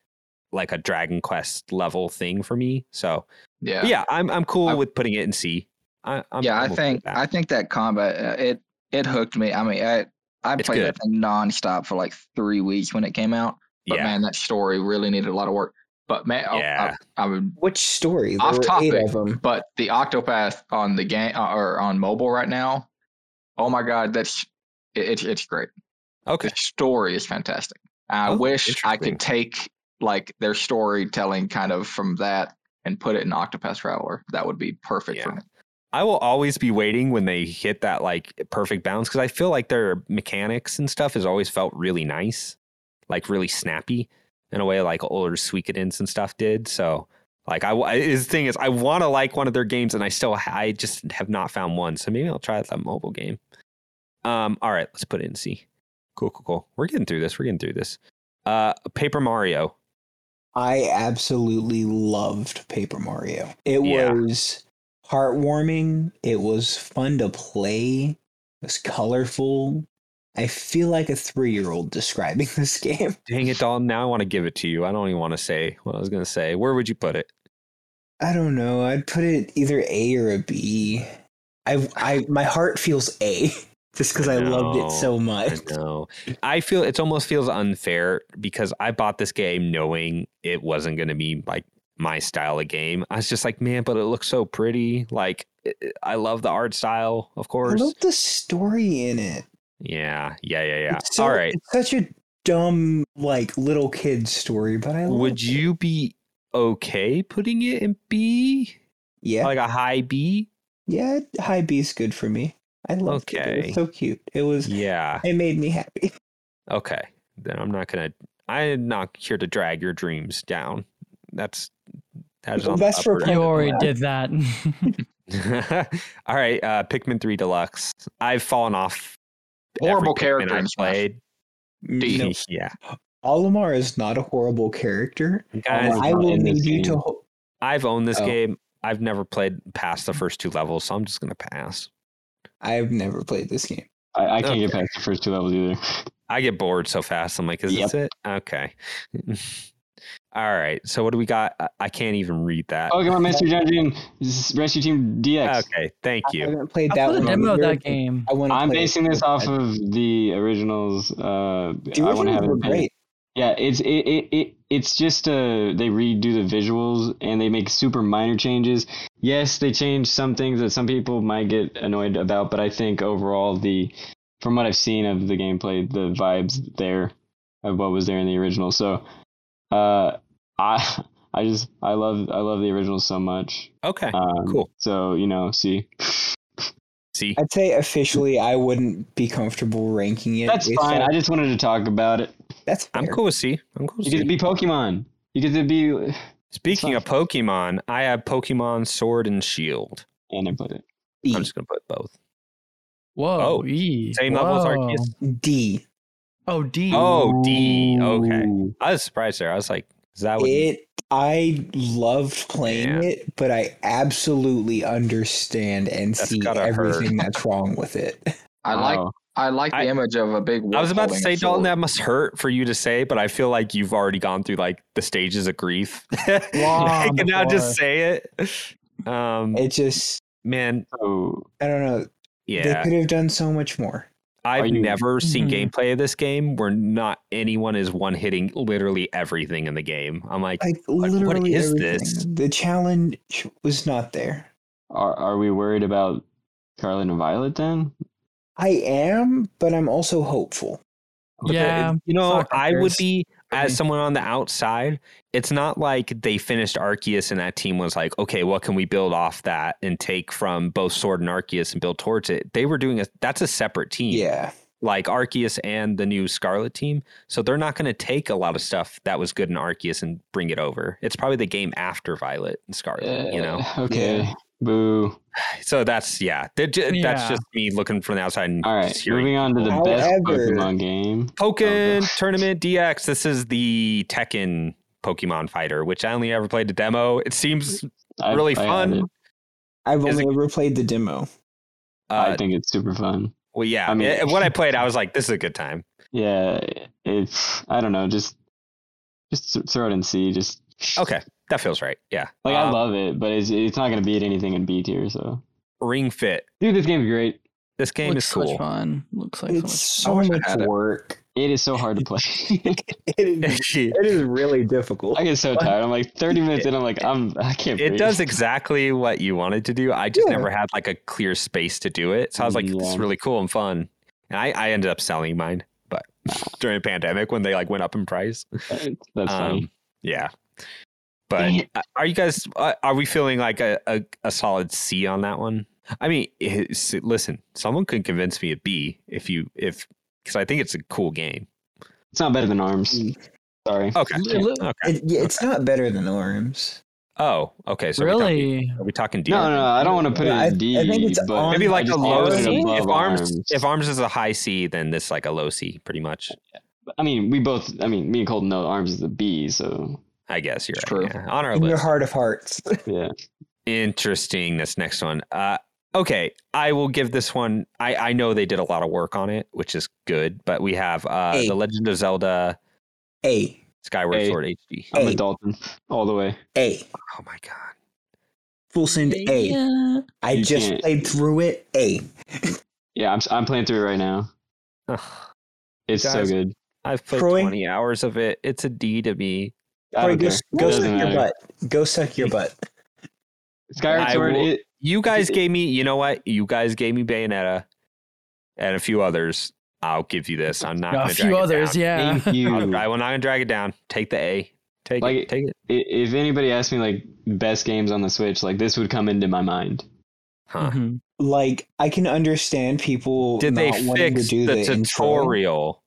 like a Dragon Quest level thing for me. So Yeah. but yeah, I'm I'm cool I- with putting it in C. I, I'm, yeah, I'm i okay with think that. I think that combat uh, it it hooked me. I mean, I I It's played good. that thing nonstop for like three weeks when it came out. But yeah. man, that story really needed a lot of work. But man, oh, I- I- Yeah. I, would. Which story? There Off were eight topic. of them. But the Octopath on the game uh, or on mobile right now, oh my god, that's it, it's it's great. Okay. The story is fantastic. I Oh, wish I interesting. could take like their storytelling kind of from that and put it in Octopath Traveler. That would be perfect for Yeah. me. I will always be waiting when they hit that like perfect balance because I feel like their mechanics and stuff has always felt really nice, like really snappy in a way like older Suikodens and stuff did. So like I, I his thing is I want to like one of their games and I still I just have not found one. So maybe I'll try that mobile game. Um. All right, let's put it in C. Cool, cool, cool. We're getting through this. We're getting through this. Uh, Paper Mario. I absolutely loved Paper Mario. It Yeah. was heartwarming. It was fun to play. It was colorful. I feel like a three year old describing this game. Dang it, Dalton. Now I want to give it to you. I don't even want to say what I was going to say. Where would you put it? I don't know. I'd put it either A or a B. I, I, my heart feels A just because I, loved know, it so I much. know. I feel it almost feels unfair because I bought this game knowing it wasn't going to be like my style of game. I was just like, man, but it looks so pretty. Like, it- it- I love the art style, of I course. love the story in it. Yeah, yeah, yeah, yeah. It's so- All right. It's such a dumb, like little kid story, but I love Would you be okay putting it in B? Yeah, Like a high B? yeah. High B's good for me. I love it. It Okay. was so cute. It was. Yeah. It made me happy. Okay. Then I'm not going to, I'm not here to drag your dreams down. That's, that's on That's the for upper end You of the already Yeah. did that. All right, uh, Pikmin 3 Deluxe. I've fallen off. every Horrible Pikmin character I and stuff. played. D. No, yeah, Olimar is not a horrible character. guys, Olimar- I will in this need you to. game. ho- I've owned this Oh. game. I've never played past the first two levels, so I'm just gonna pass. I've never played this game. I, I can't get past the first two levels either. I get bored so fast. I'm like, is this it? Okay. All right. So what do we got? I, I can't even read that. Pokemon Master Dungeon this is Rescue Team DX. Okay. Thank I you. haven't played I that saw the one. demo of either. that game. I want. I'm basing this off of the originals. Uh, The I want to originals have were it. great. Yeah, it's it, it, it it's just uh they redo the visuals and they make super minor changes. Yes, they change some things that some people might get annoyed about, but I think overall the from what I've seen of the gameplay, the vibes there of what was there in the original. So, uh, I I just I love I love the original so much. Okay. Um, Cool. So you know, see, See. I'd say officially, I wouldn't be comfortable ranking it. that's based uh, fine. on- I just wanted to talk about it. that's I'm fair. cool with C. I'm cool with You get to C. be Pokemon. You get to be. Speaking of Pokemon, I have Pokemon Sword and Shield. And I put it. B. I'm just gonna put both. Whoa. Oh, E. same level as Whoa. Arceus? D. Oh, D. Oh, D. Okay. Ooh. I was surprised there. I was like, is that what? It. I loved playing Yeah. it, but I absolutely understand and That's see gotta everything that's wrong with it. I like Wow. I like the I- image of a big. I wolf was about to holding a say, Dalton, sword. that must hurt for you to say, but I feel like you've already gone through like the stages of grief. I Long can now before. just say it. Um, It just. man, So I don't know. Yeah. They could have done so much more. Are I've you- never seen Mhm. gameplay of this game where not anyone is one hitting literally everything in the game. I'm like, Like, what literally is everything. this? The challenge was not there. Are are we worried about Scarlet and Violet then? I am, but I'm also hopeful. But the- Yeah, you know, fuck, who I would cares? be as Mhm. someone on the outside. It's not like they finished Arceus and that team was like, okay, what can we build off that and take from both Sword and Arceus and build towards it? They were doing a that's a separate team, Yeah. like Arceus and the new Scarlet team. So they're not going to take a lot of stuff that was good in Arceus and bring it over. It's probably the game after Violet and Scarlet, you know. Uh, Okay. Boo. So that's yeah, they're ju- that's Yeah. just me looking from the outside. And All right. just hearing Moving on to the people. best However- Pokemon game. Oh, Pokken Tournament DX. This is the Tekken Pokemon fighter, which I only ever played the demo. It seems uh, I- really I had fun. it. I've Is only ever played the demo. I Uh, think it's super fun. well, yeah. I mean- eh, when I played, I was like, "This is a good time." Yeah. It's I don't know. Just just th- throw it in C. Just Okay, that feels right. Yeah. Like I Um, love it, but it's it's not gonna beat anything in B tier. So Ring Fit. dude, this game's great. This game Looks is so much cool. fun. Looks like It's so so I wish I much had it. work. It is so hard to play. It is, it is really difficult. I get so tired. I'm like 30 minutes in. I'm like I'm I can't. it breathe. does exactly what you wanted to do. I just Yeah. never had like a clear space to do it, so I was like, "This is Yeah. really cool and fun." And I, I ended up selling mine, but during the pandemic when they like went up in price. That's funny. Um, yeah. But Dang it. uh, are you guys? uh, Are we feeling like a, a, a solid C on that one? I mean, it's, listen, someone could convince me a B if you if because I think it's a cool game. It's not better than Arms. Sorry. Okay. Yeah. Okay. It, yeah, it's not better than Orms. Oh, okay. So Are we talking, really. are we talking D? No, no, I don't want to put Yeah, I- it in D. I think it's but on- Maybe I like a just low put it C. above If arms, if arms is a high C, then this like a low C, pretty much. I mean, we both. I mean, me and Colton know arms is a B, so I guess you're It's right. true. yeah. On our In your list. heart of hearts. yeah. Interesting. This next one. Uh, okay, I will give this one. I I know they did a lot of work on it, which is good. But we have uh, Hey. the Legend of Zelda A. Skyward Hey. Sword HD. I'm a Hey. Dalton all the way. A. Oh my god. Full send A. Yeah. I You just can't- played through it. A. Yeah, I'm I'm playing through it right now. Ugh, It's so Guys, good. I've played Troy? 20 hours of it. It's a D to me. I Troy, don't go, care. go Doesn't suck your matter. butt. Go suck your butt. Skyward I Sword. will- It, You guys it- gave me. You know what? You guys gave me Bayonetta, and a few others. I'll give you this. I'm not. A gonna few drag it others, down. yeah. thank you. I'll- I will not gonna drag it down. Take the A. Take Like- it. Take it. I- if anybody asked me like best games on the Switch, like this would come into my mind. Huh. Mhm. Like, I can understand people Did they not wanting to fix do the, the, intro. tutorial?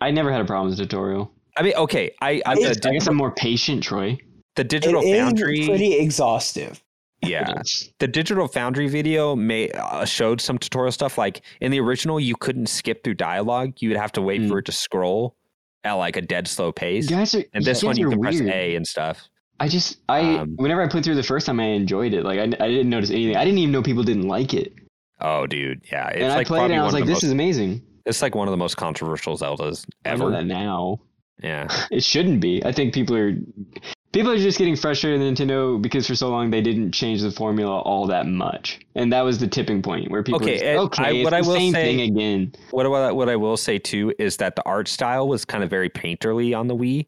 I never had a problem with the tutorial. I mean, okay, I, I, the, I di- guess I'm more patient, Troy. the digital it is foundry, pretty exhaustive. yeah, the digital foundry video may uh, showed some tutorial stuff. Like in the original, you couldn't skip through dialogue; you would have to wait Mm. for it to scroll at like a dead slow You pace. guys are. and this you one, guys you are can press weird. A and stuff. I just I Um, whenever I played through the first time, I enjoyed it. Like I, I didn't notice anything. I didn't even know people didn't like it. Oh, dude, yeah, it's and I like played it, probably and I one of was like, the "This most, is amazing." it's like one of the most controversial Zeldas I know ever. that now. Yeah, It shouldn't be. I think people are people are just getting frustrated with Nintendo because for so long they didn't change the formula all that much, and that was the tipping point where people Okay, were just, and okay, I- it's what the I will same say- thing again. what I, what I will say too is that the art style was kind of very painterly on the Wii,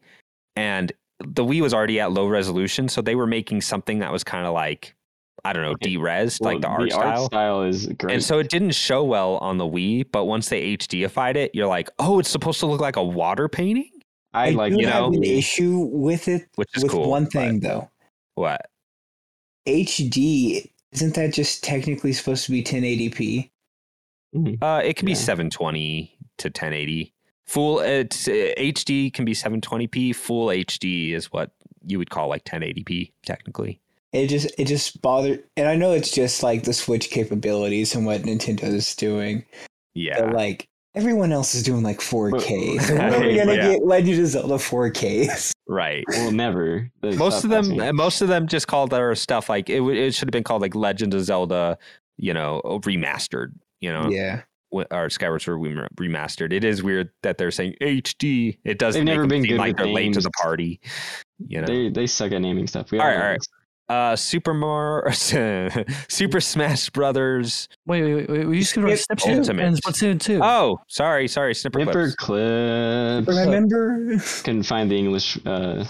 and the Wii was already at low resolution, so they were making something that was kind of like I don't know, de-res, like the Well, art style. is great. And so it didn't show well on the Wii, but once they HDified it, you're like, oh, it's supposed to look like a water painting, I, like do you have know, an issue with it which is with cool. one but thing though. what? HD isn't that just technically supposed to be 1080p? Uh, it can be Yeah. 720 to 1080. Full it's, uh, HD can be 720p. Full HD is what you would call like 1080p technically. It just it just bothered, and I know it's just like the Switch capabilities and what Nintendo is doing, but Yeah. like everyone else is doing like 4K. So when are we Right, gonna yeah. get Legend of Zelda 4K? Right. well, never. That's most of not them possible. uh, most of them just called their stuff like it, w- it should have been called like legend of zelda you know oh, remastered you know yeah, w- or skyward sword Rem- remastered it is weird that they're saying hd it doesn't They've make never them been seem good like with they're late to names. the party you know They they suck at naming stuff. We All all right, all know right. this. uh, Super Mar, Super Smash Brothers. Wait, wait, wait. wait we just skipped over Skip Snip Snip Ultimate. and Splatoon 2. Oh, sorry, sorry, Snipper Nipper Clips. clips. Remember? Couldn't find the English. Uh,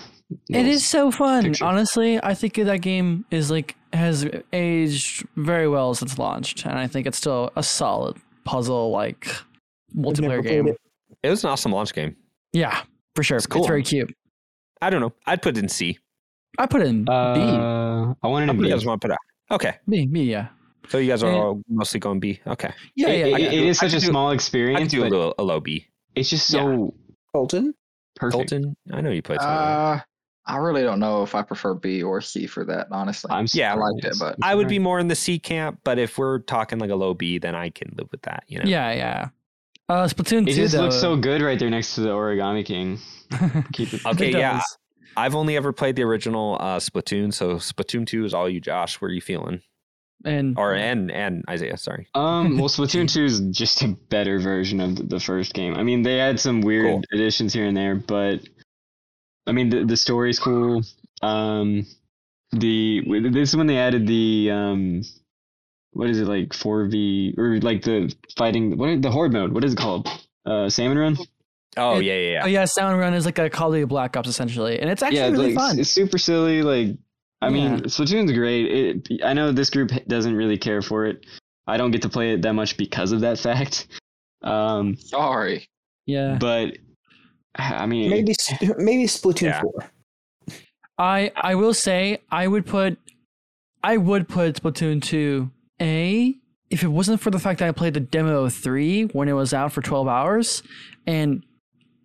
It is so fun. picture. Honestly, I think that game is like has aged very well since launched, and I think it's still a solid puzzle like I've never multiplayer played game. it. It was an awesome launch game. Yeah, for sure. It's It's, cool. very cute. I don't know. I'd put it in C. I put it in Uh, I wanted to How many be. guys want to put it out? Okay, B. B, B, yeah. so you guys are Yeah. all mostly going B. Okay, Yeah, yeah, It- yeah. it- it is I such a could do- small I can experience, do a but little a low B. it's just so Colton? perfect. Colton, I know you played. Some of that. Uh, I really don't know if I prefer B or C for that, honestly. I'm Yeah, I sorry, liked it, it's- but- it's I would be alright. more in the C camp, but if we're talking like a low B, then I can live with that. You know. Yeah, yeah. Uh, Splatoon It 2 just though. looks so good right there next to the Origami King. Keep it. Okay, It yeah. does. I've only ever played the original uh, Splatoon, so Splatoon Two is all you, Josh. Where are you feeling? And Or and and Isaiah, sorry. Um, well, Splatoon 2 is just a better version of the- the first game. I mean, they had some weird Cool. additions here and there, but I mean, the, the story's cool. Um, the w- this is when they added the um, what is it like 4v or like the fighting what is- the horde mode? What is it called? Uh, salmon run? Oh It- yeah, yeah, yeah. oh yeah, Sound Run is like a Call of Duty Black Ops essentially, and it's actually yeah, really like fun. it's super silly. Like, I Yeah. mean, Splatoon's great. It, I know this group doesn't really care for it. I don't get to play it that much because of that fact. Um, sorry. yeah. but I mean, Maybe s- maybe Splatoon Yeah. 4. I I will say I would put I would put Splatoon 2 A if it wasn't for the fact that I played the demo 3 when it was out for 12 hours and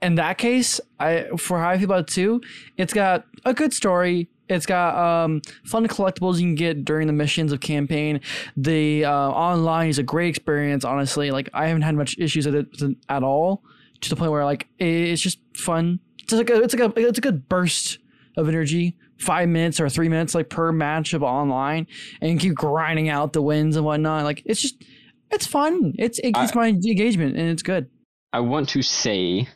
in that case I for how I feel about 2 it's got a good story it's got um, fun collectibles you can get during the missions of campaign the uh, online is a great experience honestly like I haven't had much issues with it at all to the point where like i- it's just fun it's like a, it's like a it's a good burst of energy, five minutes or three minutes like per match of online, and keep grinding out the wins and whatnot. Like it's just, it's fun. It's it I- gets my engagement and it's good. I want to say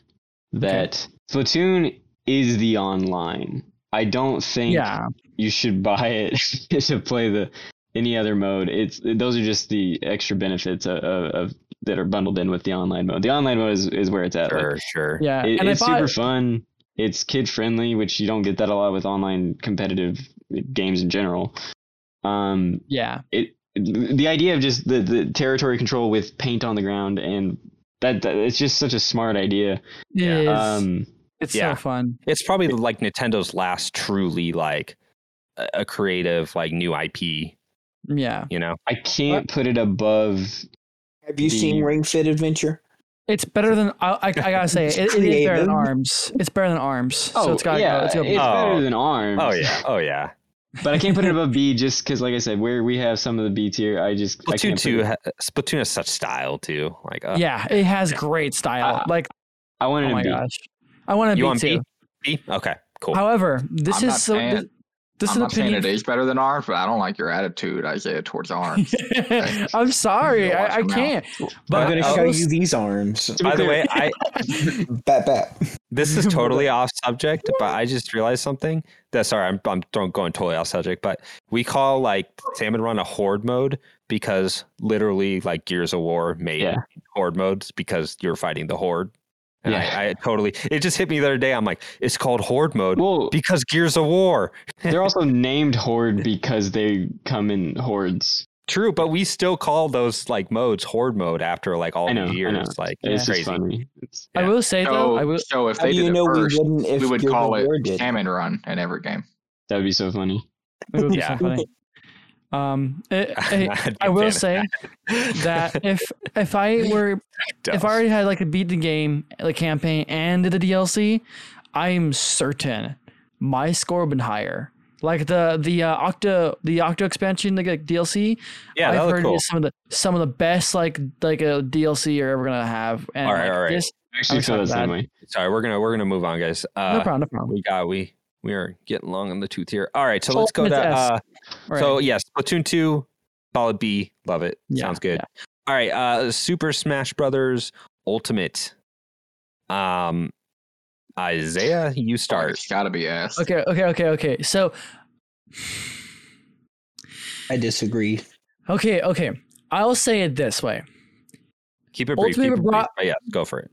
that Splatoon is the online. I don't think Yeah, you should buy it to play the any other mode. It's those are just the extra benefits of, of, of that are bundled in with the online mode. The online mode is, is where it's at. like, Sure, sure. yeah. it- Uh, and it's I super bought, fun. It's kid friendly, which you don't get that a lot with online competitive games in general. Um, yeah, it the idea of just the, the territory control with paint on the ground and that, that it's just such a smart idea it Yeah. is. um it's yeah. so fun. It's probably like Nintendo's last truly like a a creative like new IP. You Yeah, know. i can't put it above Have you The- seen Ring Fit Adventure? it's better than I. I, I gotta say, it, it is better than Creative. Arms. It's better than Arms. Oh, so it's got Oh, yeah go, it's gotta be- it's- Oh. better than arms Oh yeah. Oh yeah. but i can't put it above b just because like i said where we have some of the b tier i just I Splatoon can't put two. it- Ha- Splatoon has such style too. Like uh, yeah, it has great style. Uh, like i wanted oh to my be gosh, I want to You be want too. B? Okay. Cool. However, this I'm is not so. saying- This, this is I'm an not saying opinion it is better than ours, but I don't like your attitude, Isaiah, towards ours. I'm You sorry, gotta watch I, I your mouth. can't. But I'm going to Uh, show I'll- you these arms. To be By the clear, way, I Bat bat. this is totally off subject, but I just realized something. That sorry, I'm I'm throwing, going totally off subject, but we call like Salmon Run a horde mode because literally like Gears of War made Yeah. horde modes because you're fighting the horde. And Yeah. I, I totally it just hit me the other day. I'm like, it's called horde mode well because Gears of War. they're also named horde because they come in hordes True, but we still call those like modes horde mode after like all I know, I the know. years. Like it's it's just crazy. funny It's- I Yeah. will say though, I So, will. so if How they do did you it know we first, wouldn't if we would Gears call of it War did? Salmon Run in every game. that would be so funny It would be Yeah. so funny. Um, it- it- I'd be a I fan will of say that if if I were if I already had like beat the game, the campaign, and did the DLC, I'm certain my score would been higher. Like the the uh, Octa the Octo expansion, the like, DLC. yeah, that I've looked heard cool. is some of the some of the best like like a DLC you're ever gonna have. And All right, like, all right. this- I actually I'm feel sorry, the same bad. way Sorry, we're gonna we're gonna move on, guys. Uh, no problem, no problem. we got we we are getting long on the tooth here. All right, so let's go to Ultimate S. uh, All so right. yes, Platoon two, solid B, love it. Yeah, Sounds good. All right, uh, Super Smash Brothers Ultimate. Um, Isaiah, you start. It's got to be S. Okay, okay, okay, okay. So I disagree. Okay, okay. I'll say it this way: Keep it brief. Keep Ultimate it brief. bra- but yeah, go for it.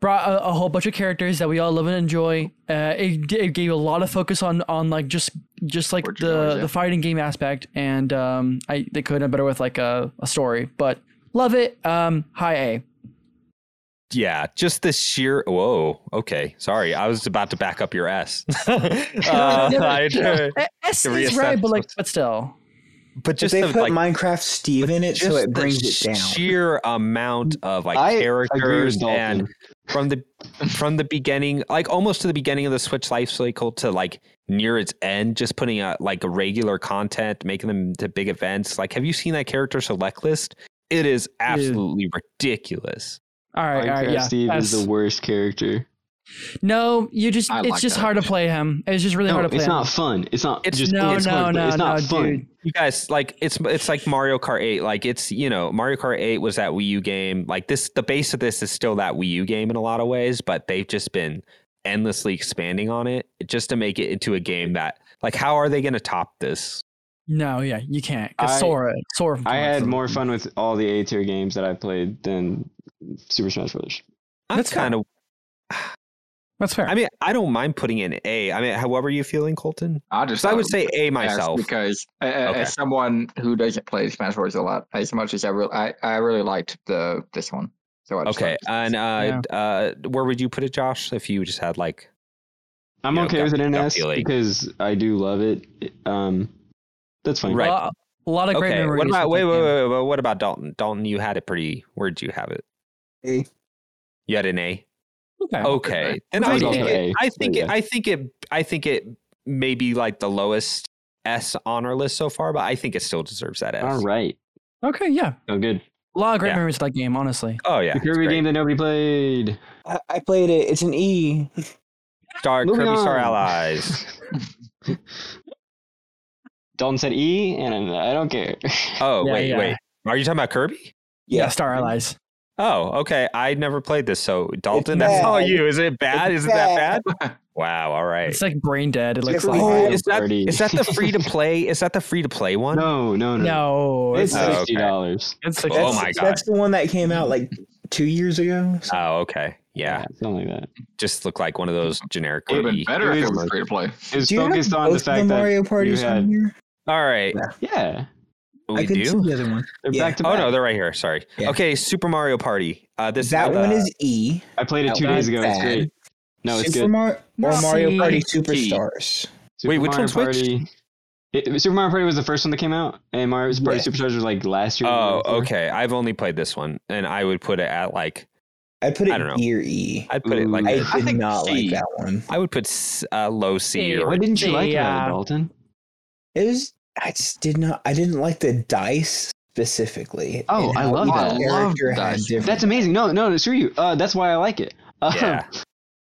brought a, a whole bunch of characters that we all love and enjoy. Uh, it, it gave a lot of focus on on like just just like Word the choice, yeah. the fighting game aspect, and um, I they could have better with like a, a story, but love it. Um, high A. Yeah, just the sheer. Whoa. Okay. Sorry, I was about to back up your S. Uh, Yeah, I- A- S To is right, but like reestablish- but still. but Just just they the, put like, Minecraft Steve in it, just so it the brings it down. sheer amount of like I agree with characters Dalton. and from the from the beginning, like almost to the beginning of the Switch life cycle to like near its end, just putting out like regular content, making them to big events. Like, have you seen that character select list? It is absolutely ridiculous. All right, all right, Minecraft yeah. Steve is S. the worst character. no, you just I it's like just that. hard to play him. It's just really No, hard to play. it's him. not fun. It's not. It's- just, no, it's no, hard, but no, it's not no, fun. dude. You guys like it's it's like Mario Kart 8. Like it's you know Mario Kart 8 was that Wii U game. Like this, the base of this is still that Wii U game in a lot of ways, but they've just been endlessly expanding on it just to make it into a game that like how are they going to top this? No, yeah, you can't. 'cause I- Sora, Sora. from I had Twilight. more fun with all the A tier games that I played than Super Smash Brothers. I'm That's fair. kind of. That's fair. I mean, I don't mind putting in A. I mean, however you feeling, Colton. I just So I thought would it say A ask myself. because uh, uh, Okay. as someone who doesn't play Smash Bros a lot, as much as I really, I, I really liked the this one. So I just Okay, thought- and uh, uh, where would you put it, Josh? If you just had like I'm You know, okay gut- with it in gut S feeling. because I do love it. Um, that's fine. Right. Well, a lot of great okay, memories. what about with wait, that wait, game. wait, wait, what about Dalton? Dalton, you had it pretty. Where'd you have it? A. You had an A. Okay. Okay, then I'd I go think, for it, A, I think but it, yeah. I think it. I think it. may be like the lowest S on our list so far, but I think it still deserves that S. All right. Okay, yeah. Oh, good. A lot of great Yeah. memories of that game, honestly. Oh yeah, the it's Kirby great. game that nobody played. I, I played it. It's an E. Star Moving Kirby Star on. Allies. Dalton said E, and I don't care. Oh Yeah, wait, yeah. wait. Are you talking about Kirby? Yeah, Yeah. Star Allies. Oh, okay. I never played this, so Dalton, that's bad. all you. Is it bad? It's Is it that bad. bad? Wow. All right. It's like brain dead. It looks Different like. Oh, is that Kirby. is that the free to play? Is that the free to play one? No, no, no. No, It's it's, Oh, okay. sixty dollars. it's like, Oh That's- my That's the one that came out like two years ago. So Oh, okay. Yeah. something like that. Just look like one of those generic. E. it would Kirby. have been better if It it was- was free to play. It's do you focused have on the both fact the that Mario parties had- on here? All right. yeah, We I could do. see the other one. they're Yeah. back to Oh back. no, they're right here. Sorry. Yeah. Okay, Super Mario Party. Uh, this that the- one is E. I Oh, played it two That days one's ago. It's bad. great. No, it's E. Super good. Mar- or No. Mario See. Party Superstars. Super Wait, which Mario one's which? Party. It, Super Mario Party was the first one that came out, and Mario Party Yeah. Superstars was like last year. or the year Oh, before. okay. I've only played this one, and I would put it at like I put it I don't know. D or E. I'd put it like Ooh. I a- did I think not C. like that one. I would put s- uh, low C Hey, or Why didn't you They, like that, uh, Dalton? It was. I just did not. I didn't like the dice specifically. Oh, and I how love each that. I love character the had dice. different- That's amazing. No, no, no, screw you. Uh, that's why I like it. Uh, Yeah.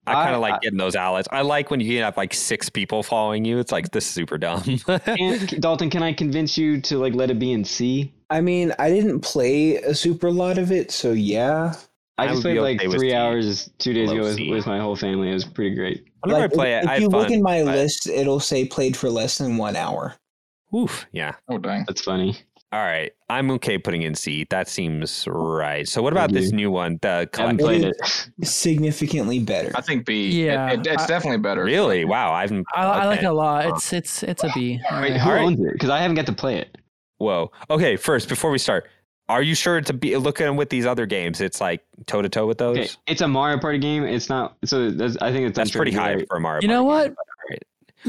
I kind I- of I- like getting those outlets. I like when you have like six people following you. It's like this is super dumb. and Dalton, can I convince you to like let it be in C? I mean, I didn't play a super lot of it, so yeah. I I just would be played like okay with three C. hours two days Below ago with, C. with my whole family. It was pretty great. Whenever Like, I play if, it, I if you have look fun. in my but- list, it'll say played for less than one hour. Oof. Yeah. Oh dang! That's funny. All right. I'm okay putting in C. That seems right. So what about Thank this you. new one? The I haven't collective. played It it. Significantly better. I think B. Yeah, it, it, it's I- definitely better. Really? Wow. I haven't. I, I like okay. it a lot. It's it's it's a B. Wait, Alright. who alright. owns it? Because I haven't got to play it. Whoa. Okay. First, before we start, are you sure to be looking with these other games? It's like toe to toe with those. Okay, it's a Mario Party game. It's not. So that's, I think it's Oh, That's unfair to pretty be high like- for a Mario. You know Party what? game, but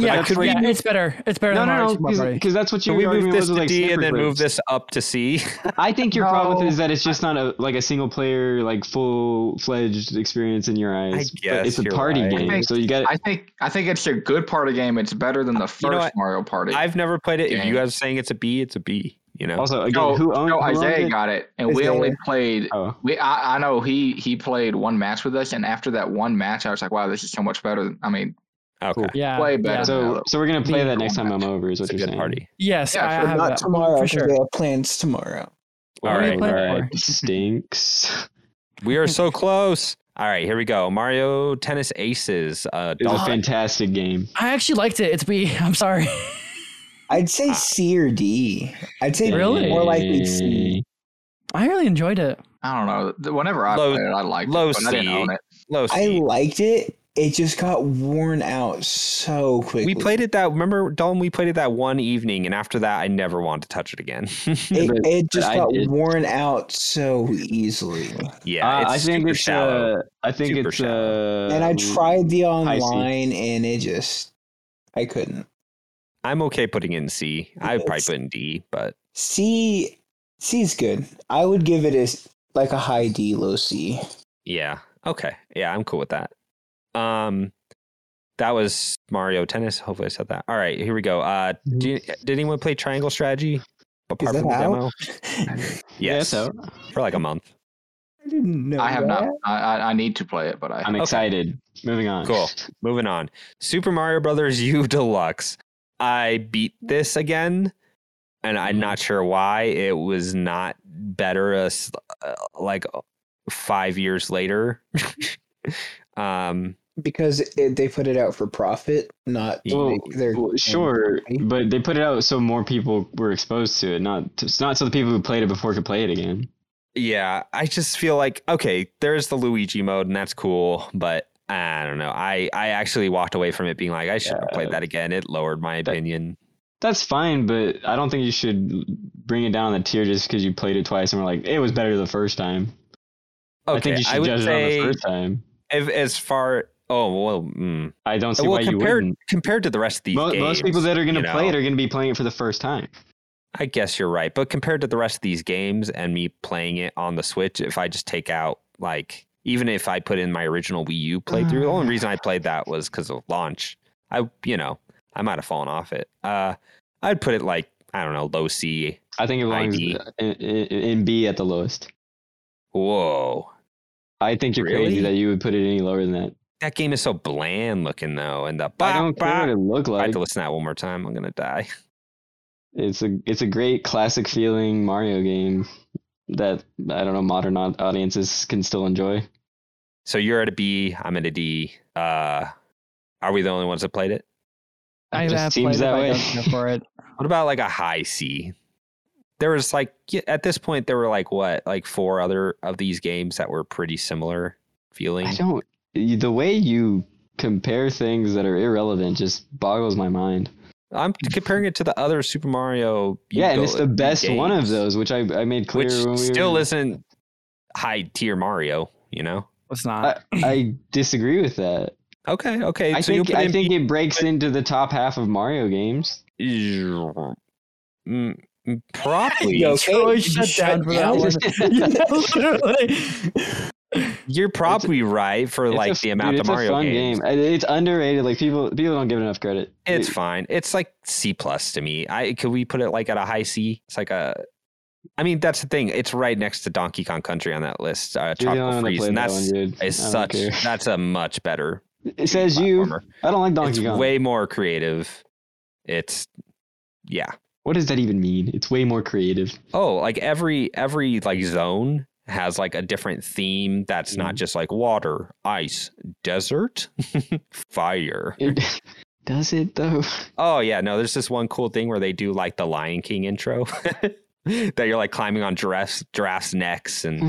Yeah, But could we yeah, move- it's better. It's better No, than no, Mario Super no, Mario. because that's what Can your we move argument this was to with, like D and Sniper then move Clips. this up to C? I think your problem No. is that it's just not a like a single player like full fledged experience in your eyes. but guess it's a you're party right. game, Okay. so you got I think I think it's a good party game. It's better than the first You know what? Mario Party. I've never played it. If Game. you guys are saying it's a B, it's a B. You know. also again no, who owned, no, who owned Isaiah it? got it, and we Isaiah. only played. oh, We I, I know he he played one match with us, and after that one match, I was like, wow, this is so much better. than- I mean, okay. cool. yeah. way yeah. better. so so we're gonna play Being that next cool. time I'm over. Is what It's a you're good saying. party. Yes, Yeah, But I have not that tomorrow for 'cause sure. we have plans tomorrow. All What are you right. playing all right. for? Stinks. We are so close. All right. Here we go. Mario Tennis Aces. Uh, It's a Dolphin. fantastic game. I actually liked it. It's B. I'm sorry. I'd say Ah. C or D. I'd say Really? more likely C. I really enjoyed it. I don't know. Th- Whenever I Low- played it, I liked low it, but I didn't C. own it. Low I C. liked it. It just got worn out so quickly. we played it that remember Dalton we played it that one evening and after that I never wanted to touch it again. It, but- it just I got did. worn out so easily. yeah, Uh, it's I think super it's shallow. uh, I think Super it's shallow. uh, and I tried the I see. online, and it just I couldn't. I'm okay putting it in C. I would probably It's- put in D, but C C is good. I would give it as like a high D, low C. yeah. Okay. Yeah, I'm cool with that. Um that was Mario Tennis. Hopefully I said that. All right, here we go. Uh Mm-hmm. do you, did anyone play Triangle Strategy apart that from the out? demo? I Yeah, Yes. so for like a month. didn't know. I have that. not. I, I I need to play it, but I I'm excited. Moving on. Cool. Moving on. Super Mario Brothers U Deluxe. I beat this again, and Mm-hmm. I'm not sure why it was not better. uh, s- uh, like five years later. um, because it, they put it out for profit, not to Well, make their Well, sure, but they put it out so more people were exposed to it, not to, it's not so the people who played it before could play it again. yeah, I just feel like okay, there's the Luigi mode, and that's cool, but. I don't know. I, I actually walked away from it being like I should have played that again. It lowered my That- opinion. That's fine, but I don't think you should bring it down on the tier just because you played it twice and were like, it was better the first time. Okay, I think you should would judge say it on the first time. if, as far. Oh well, mm, I don't see well, why you compared wouldn't. compared to the rest of these Mo- games, most people that are going to you play it know, are going to be playing it for the first time. I guess you're right. But compared to the rest of these games and me playing it on the Switch, if I just take out like even if I put in my original Wii U playthrough, the only reason I played that was because of launch. I you know I might have fallen off it. Uh, I'd put it like I don't know low C. I think it belongs ID. in, in, in B at the lowest. Whoa, I think you're Really? crazy that you would put it any lower than that. that game is so bland looking though, and the I bop, don't care bop. what it looked If I have like. to listen to that one more time. I'm gonna die. It's a it's a great classic feeling Mario game that I don't know modern au- audiences can still enjoy. So you're at a B. I'm at a D. Uh, are we the only ones that played it? I just have seems played that it, but I way. don't care for it. What about like a high C? There was like yeah, at this point there were like what like four other of these games that were pretty similar feeling. I don't you- the way you compare things that are irrelevant just boggles my mind. I'm comparing it to the other Super Mario. Yeah, and it's Go- the best one of games, those, which I, I made clear which when we still were, isn't high tier Mario. You know? It's not. I, I disagree with that. Okay, okay. I so think you'll put I in think B- it breaks into the top half of Mario games. Mm, mm, probably. You okay? Troy, You shut, down for that down? one. yeah, literally. You're probably right for It's a like f- the dude, amount of it's a Mario fun games. game. It- It's underrated. Like people people don't give it enough credit. It's It- fine. It's like C plus to me. I could we put it like at a high C. It's like a. I mean that's the thing. It's right next to Donkey Kong Country on that list. Uh, you're the Tropical Freeze, only one that played and that that's one, dude. is I don't such care. that's a much better. It says you. platformer. I don't like It's Donkey Kong. way more creative. It's yeah. what does that even mean? It's way more creative. Oh, like every every like zone has like a different theme that's not Mhm. just like water, ice, desert, fire. It, does it though? Oh yeah, no, there's this one cool thing where they do like the Lion King intro. that you're like climbing on giraffes giraffes necks and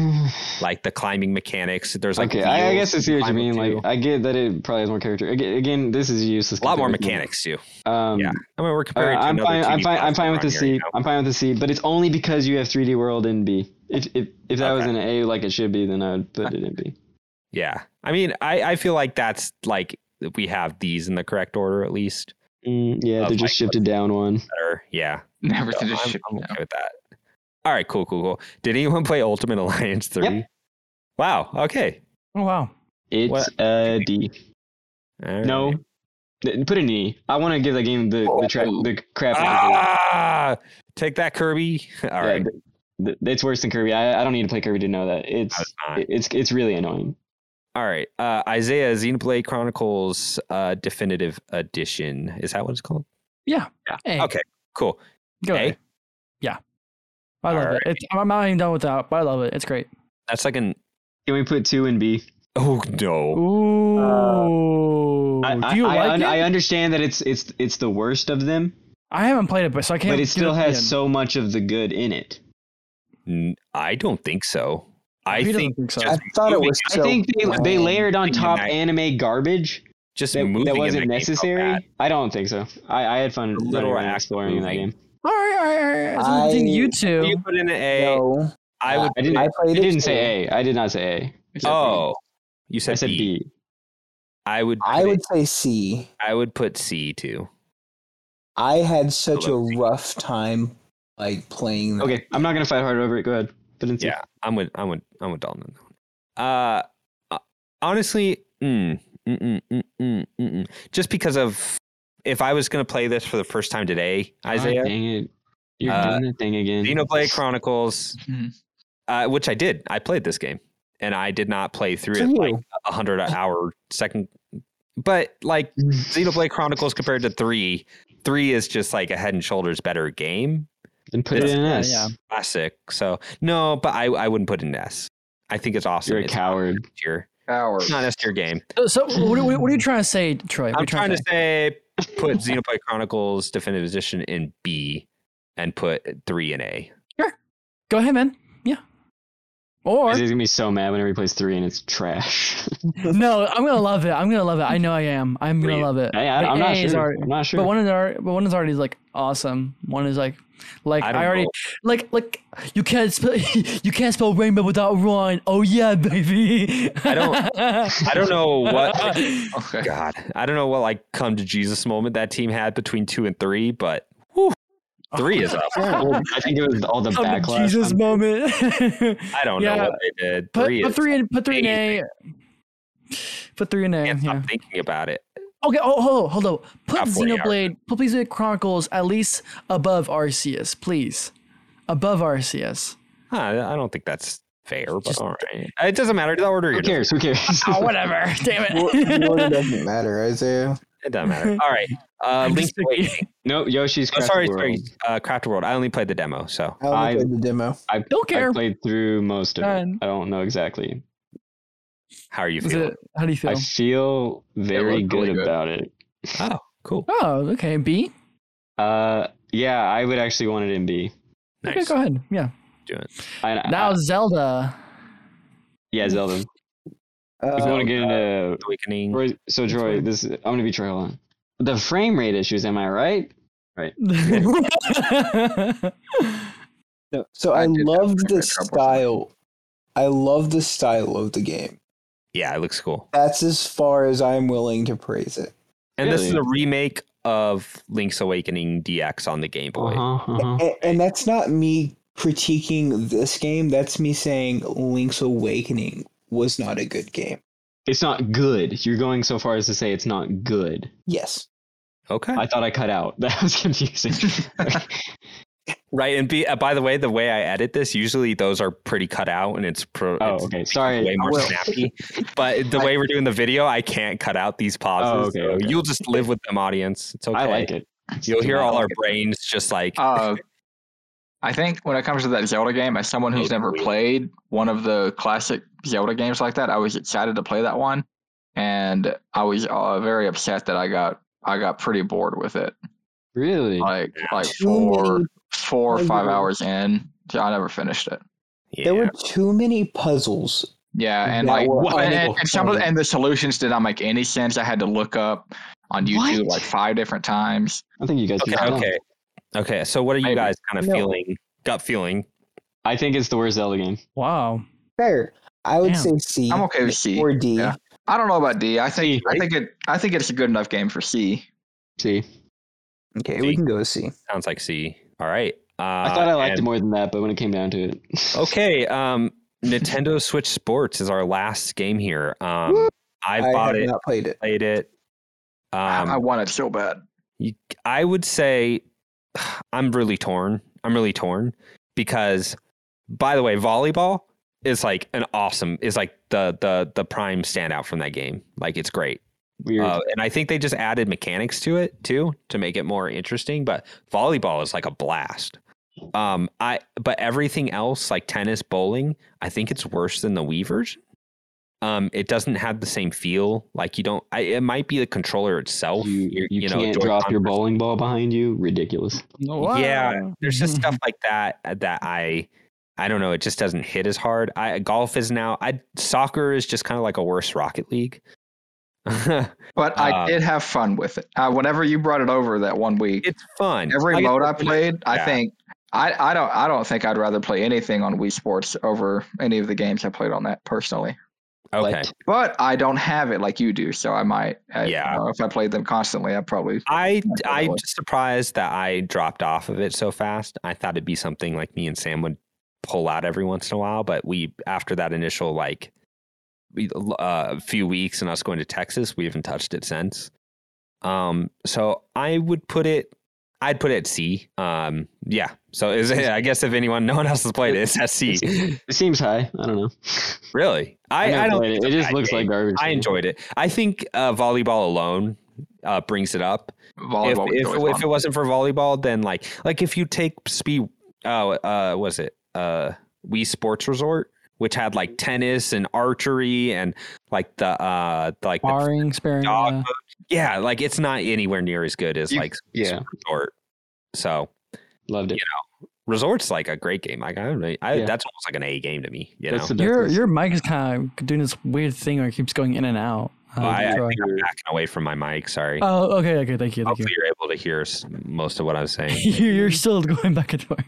like the climbing mechanics. There's like Mm. okay, I, I wheels guess I see you what you climb mean. up Like, to. I get that it probably has more character. Again, again this is a useless. a lot more comparison. mechanics too. Um, Yeah. I mean we're all right, comparing to I'm another fine. I'm 2D fine. I'm fine with the platformer C. here, you know? am fine with the C, but it's only because you have 3D World in B. If if if that was Okay. an A like it should be, then I would put it in B. Yeah. I mean I, I feel like that's like we have these in the correct order at least. Mm, yeah, Of they're like- just shifted down one. Better. Yeah. never So did a I'm, shit. I'm okay with that. All right, cool, cool, cool. Did anyone play Ultimate Alliance 3? Wow. Okay. Oh wow. It's What- a D. All No. right. Th- Put an E. I want to give that game the the, tra- Oh. the crap. out Ah, take that, Kirby. All of it. right. Yeah, th- th- it's worse than Kirby. I, I don't need to play Kirby to know that. It's That's not- it- it's it's really annoying. All right. Uh, Isaiah Xenoblade Chronicles uh, Definitive Edition. Is that what it's called? Hey, Okay. Cool. Go A? ahead. Yeah. I love Alright. it. It's, I'm not even done with that, but I love it. It's great. That's like an. Can we put two in B? Oh, no. Ooh. I, I- Do you Uh, I like un- it? I understand that it's it's it's the worst of them, I haven't played it, but so I can't. but it give still an has opinion. so much of the good in it. N- I don't think so. I He doesn't think, think so. just, I thought it was. I think they, they um, lame. layered on Moving top that- anime garbage just that, moving that in wasn't game felt bad. necessary. I don't think so. I, I had fun The running literal around act of exploring in that moving. game. All right, all right, all right. So between I- you two, You put in an A. I No, would. I didn't. I I, played it. didn't too. say A. I did not say Is A. that oh, you I said, said B. B. I would. I put would it- say C. I would put C too. I had such a Hello. rough time like playing. that. Okay, I'm not gonna fight hard over it. Go ahead. But it's Yeah, I'm with. I'm with. I'm with Dalton. on that one. Uh, honestly, mm, mm, mm, mm, mm, mm, mm. just because of if I was gonna play this for the first time today, Isaiah, God Ah, dang it! You're Uh, doing that thing again. Xenoblade Chronicles, Mm-hmm. Mhm. uh, which I did. I played this game, and I did not play through For it like you. a hundred hour second. But like Mm. Xenoblade Chronicles compared to three, three is just like a head and shoulders better game, Then put it This- in an yeah, S. yeah. classic. So no, but I I wouldn't put it in S. I think it's awesome. You're a It's coward. Tier. Power. It's not S tier game. so, Uh, so what, are, what are you trying to say, Troy? What are I'm you trying to say? say put Xenoblade Chronicles Definitive Edition in B and put three in A. Go ahead, man. Yeah. Or Isaiah's gonna be so mad whenever he plays three and it's trash. no, I'm gonna love it. I'm gonna love it. I know I am. I'm What do gonna you- love it. I, I, The I'm, not A is sure. already- I'm not sure. But one is already, but one is already like awesome. One is like, like I I, don't already know. like like you can't spell you can't spell rainbow without run. Oh yeah, baby. I don't. I don't know what like, Okay. God. I don't know what like come to Jesus moment that team had between two and three, but whew, three is up. Well, I think it was all the Come to backlash. Oh, Jesus on- moment. I don't Yeah. know what they did. put, three put is three in put three in a. Put three in a. can't Yeah. stop thinking about it. Okay. Oh, hold on, hold on. Put Halfway arc. Xenoblade. Put Xenoblade Chronicles at least above Arceus, please. Above Arceus. Huh, I don't think that's fair, but all right. It doesn't matter the order. Who you're doing. cares? Who cares? Oh, whatever. Damn Well, well, it it. doesn't matter, Isaiah. It doesn't matter. All right. Uh, I'm Link's just thinking. Awakening. no, Yoshi's Oh, Crafted sorry, World. sorry. Uh, Crafted World. I only played the demo, so I only I- played the demo. I, Don't I care. played through most of Done. it. I don't know exactly. how are you Is feeling? it- how do you feel? I feel very looked good really good. about it. Oh, cool. Oh, okay. B. Uh, yeah, I would actually want it in B. Okay, Nice. go ahead. Yeah. Do it. I, I- Now Zelda. yeah, Zelda. If you want to Uh, get into Awakening. Roy, so That's Troy, fine. this I'm gonna be Troy. Hold on. The frame rate issues. Am I right? no, so I, I did have loved trouble the with style. I love the style of the game. Yeah, it looks cool. That's as far as I'm willing to praise it. And this is Really? a remake of Link's Awakening DX on the Game Boy. Uh huh. Uh-huh. and, and that's not me critiquing this game. That's me saying Link's Awakening was not a good game. It's not good. You're going so far as to say it's not good. Yes. Okay. I thought I cut out. That was confusing. Right. And be, uh, by the way, the way I edit this, usually those are pretty cut out and it's pro. Oh, it's okay. Sorry. Way more Well- snappy. But the way we're doing the video, I can't cut out these pauses. Oh, okay, so okay. You'll just live with them, audience. It's okay. I like it. You'll hear all our it. brains just like Uh, I think when it comes to that Zelda game, as someone who's never played one of the classic Zelda games like that, I was excited to play that one, and I was uh, very upset that I got I got pretty bored with it. Really? Uh, Like like Too many- four four or five puzzles. hours in, so I never finished it. yeah. There were too many puzzles. Yeah, and that like were and, and, unable and some of the, to- and the solutions did not make any sense. I had to look up on YouTube What? like five different times. I think you guys. okay, can tell. okay. Okay. So what are you Maybe. guys kind of No. feeling? Gut feeling. I think it's the worst Zelda game. wow. Fair. I would Damn. say C. I'm okay with C. Or D. Yeah. I don't know about D. I C, think I think it I think it's a good enough game for C. See, Okay, D. we can go with C. Sounds like C. All right. Uh, I thought I liked and- it more than that, but when it came down to it, Okay, um, Nintendo Switch Sports is our last game here. Um, I I bought have it, not played it. played it. I I Um, want it so bad. you, I would say I'm really torn. I'm really torn because, by the way, volleyball is like an awesome is like the the the prime standout from that game. Like it's great. weird. Uh, and I think they just added mechanics to it too to make it more interesting. But volleyball is like a blast. Um, I but everything else like tennis, bowling, I think it's worse than the Wii version. Um, it doesn't have the same feel. Like you don't. I, it might be the controller itself. You, You're- you oh, know, can't drop your Joy-Con versus- bowling ball behind you. Ridiculous. Yeah, there's just stuff like that uh, that I I don't know. It just doesn't hit as hard. I golf is now. I soccer is just kind of like a worse Rocket League. it's But I Uh, did have fun with it. Uh, whenever you brought it over that one week, fun. every Like, mode I played, I Yeah. think I, I don't I don't think I'd rather play anything on Wii Sports over any of the games I played on that personally. Okay. But But I don't have it like you do, so I might. I, Yeah. you know, if I played them constantly, I probably. I That's what it I'm was. just surprised that I dropped off of it so fast. I thought it'd be something like me and Sam would pull out every once in a while, but we after that initial like we- uh, few weeks and us going to Texas, we haven't touched it since. Um, so I would put it. I'd put it at C. Um, yeah. So is it, I guess if anyone, no one else has played it, it's at C. It seems high. I don't know. Really? I, never I don't. played think It, it it's a just bad looks game. like garbage. I enjoyed it. I think uh, volleyball alone uh, brings it up if Volleyball was if, really if it fun. wasn't for volleyball, then like like if you take speed, oh, uh, was it uh, Wii Sports Resort, which had like tennis and archery and like the uh like the, Mm-hmm. Barring, sparing. uh, Dog yeah. yeah, like it's not anywhere near as good as You- like Yeah, Resort. So loved it. Resort's like a great game. Like I, don't really- I Yeah. that's almost like an A game to me. You That's know, the best Your list. your mic is kind of doing this weird thing where it keeps going in and out. Uh, Well, Oh, I, I Troy. think I'm backing away from my mic. Sorry. oh, okay, okay. Thank you, thank you. Hopefully, you're able to hear s- most of what I'm saying. You're you're still going back and forth.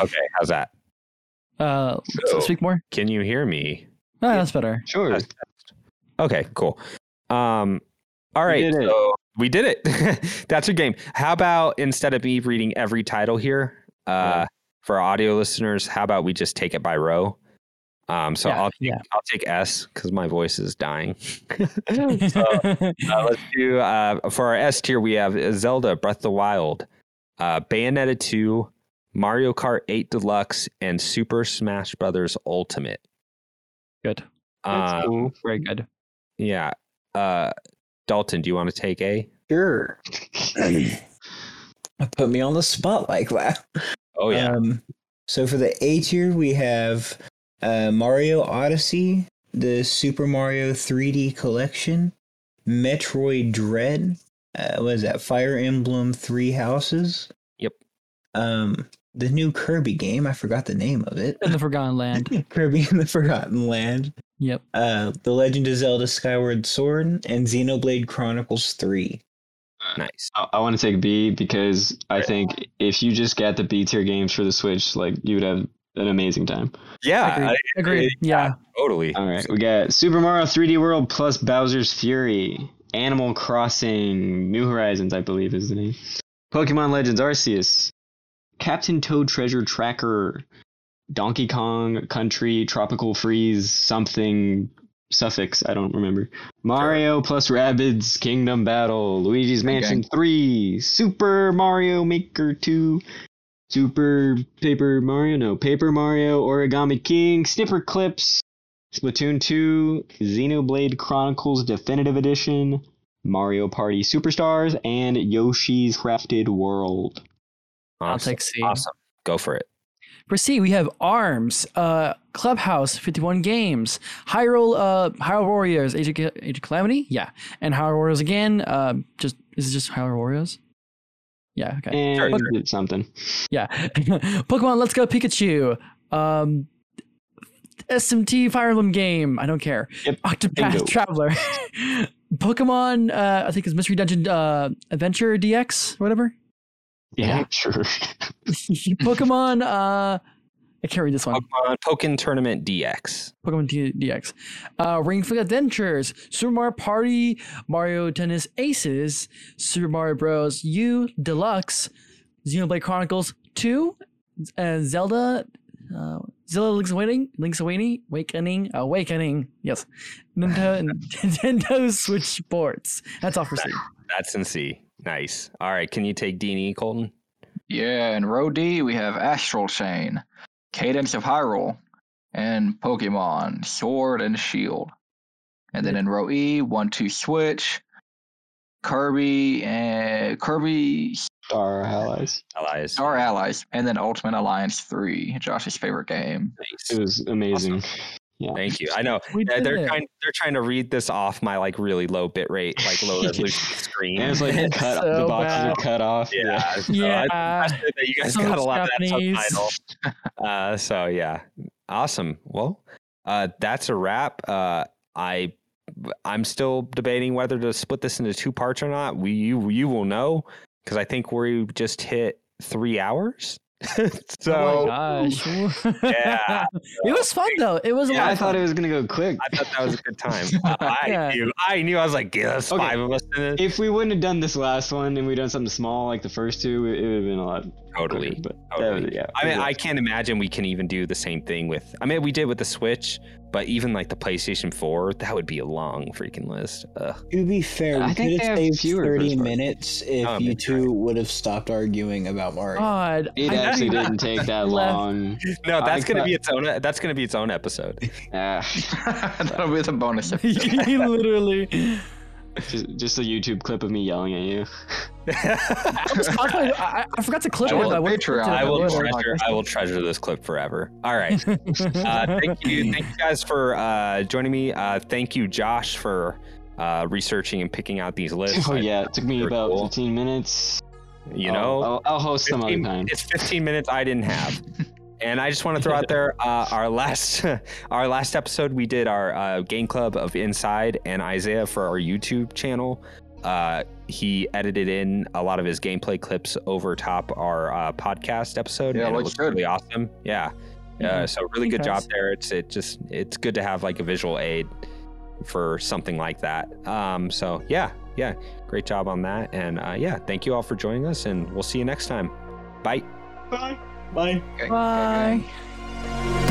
okay, how's that? Uh, So- speak more. Can you hear me? No, that's better. sure. That's- Okay, cool. Um, all right, did it. so we did it. That's your game. How about instead of me reading every title here, uh, Yeah. for our audio listeners, how about we just take it by row? Um, so Yeah, I'll take, yeah. I'll take S because my voice is dying. So, uh, let's do uh, for our S tier. We have Zelda Breath of the Wild, uh, Bayonetta two, Mario Kart eight Deluxe, and Super Smash Brothers Ultimate. good. That's Uh, cool. Very good. yeah. Uh, Dalton, do you want to take A? Sure. Put me on the spot like that. Oh Um, so for the A tier, we have uh, Mario Odyssey, the Super Mario 3D Collection, Metroid Dread. Uh, what is that? Fire Emblem Three Houses. Yep. Um, the new Kirby game. I forgot the name of it. In the Forgotten Land. Kirby in the Forgotten Land. Yep. Uh, the Legend of Zelda: Skyward Sword and Xenoblade Chronicles Three. Uh, nice. I, I want to take B because I think if you just got the B tier games for the Switch, like you would have an amazing time. Yeah, Agreed. Agreed. Yeah. totally. All right, we got Super Mario 3D World plus Bowser's Fury, Animal Crossing, New Horizons, I believe is the name, Pokemon Legends Arceus, Captain Toad Treasure Tracker, Donkey Kong Country Tropical Freeze something suffix I don't remember. Mario plus Rabbids Kingdom Battle, Luigi's Mansion 3, Super Mario Maker 2, Super Paper Mario, no, Paper Mario, Origami King, Snipper Clips, Splatoon 2, Xenoblade Chronicles Definitive Edition, Mario Party Superstars, and Yoshi's Crafted World. I'll Awesome. take C. Awesome. Go for it. For C, we have Arms, uh, Clubhouse, 51 Games, Hyrule, uh, Hyrule Warriors, Age of, Age of Calamity, yeah, and Hyrule Warriors again. Uh, just is it just Hyrule Warriors? Yeah, okay, And Sure. it's something. yeah. Pokemon Let's Go Pikachu, um, SMT Fire Emblem game. I don't care. Yep, Octopath bingo. Traveler, Pokemon. Uh, I think it's Mystery Dungeon uh, Adventure DX, whatever. Yeah, sure. Pokemon. Uh, I can't read this one. Pokemon Pokken Tournament DX. Pokemon D- DX, uh, Ring Fit Adventures, Super Mario Party, Mario Tennis Aces, Super Mario Bros. U Deluxe, Xenoblade Chronicles 2, and Zelda, uh, Zelda Link's Awakening, Link's Awakening, Awakening, Awakening, yes, Nintendo, Nintendo Switch Sports. That's all for C. That's in C. Nice. All right. Can you take D and E, Colton? Yeah, in row D we have Astral Chain, Cadence of Hyrule, and Pokemon Sword and Shield. And then in row E, one two switch, Kirby and Kirby Star Allies. Allies. Star Allies, and then Ultimate Alliance Three, Josh's favorite game. It Nice. was amazing. Yeah. Thank you. I know We Yeah, did they're it. trying. They're trying to read this off my like really low bit rate, like low resolution screen. And it's like It's cut so the boxes bad. are cut off. yeah. so yeah. I- I'm sure that you guys So got a lot of Japanese. that subtitle. Uh, so yeah, awesome. Well, uh, that's a wrap. Uh, I I'm still debating whether to split this into two parts or not. We you you will know because I think we just hit three hours. Oh so my gosh. Yeah. it was fun though. It was a Yeah, lot I of thought fun. it was gonna go quick. I thought that was a good time. I Yeah. knew. I knew. I was like, yeah, that's Okay. five of us in it. If we wouldn't have done this last one and we'd done something small like the first two, it, it would have been a lot. Totally. quicker, but that Totally. was- yeah. I mean, it I was- can't imagine we can even do the same thing with. I mean, we did with the Switch, but even like the PlayStation 4, that would be a long freaking list. Ugh. To be fair, I we think could they have have saved fewer thirty first party. minutes if Oh, you maybe you're two would have stopped arguing about Mario. God, It I know actually you- didn't take that left. long. No, that's I gonna thought- be its own. e, That's gonna be its own episode. Ah, That'll be the bonus. episode. He literally. just, just a YouTube clip of me yelling at you. I, was constantly- I, I- I forgot to clip Join it. the I would've clipped Patreon. it if I I will would've. treasure. I will treasure this clip forever. All right. Uh, thank you, thank you guys for uh, joining me. Uh, thank you, Josh, for uh, researching and picking out these lists. Oh I- yeah, it took me Pretty about cool. 15 minutes. you I'll- know. I'll, I'll host some other 15 time. It's 15 minutes I didn't have. And I just want to throw out there uh, our last our last episode we did our uh, game club of Inside and Isaiah for our YouTube channel. Uh, he edited in a lot of his gameplay clips over top our uh, podcast episode. Yeah, and looks good. really awesome. Yeah, uh, Mm-hmm. Mhm. so really good Thanks, job guys. there. It's it just it's good to have like a visual aid for something like that. Um, so yeah, yeah, great job on that. And uh, yeah, thank you all for joining us, and we'll see you next time. Bye. Oh. Bye. Bye. Okay, okay. Bye. Bye.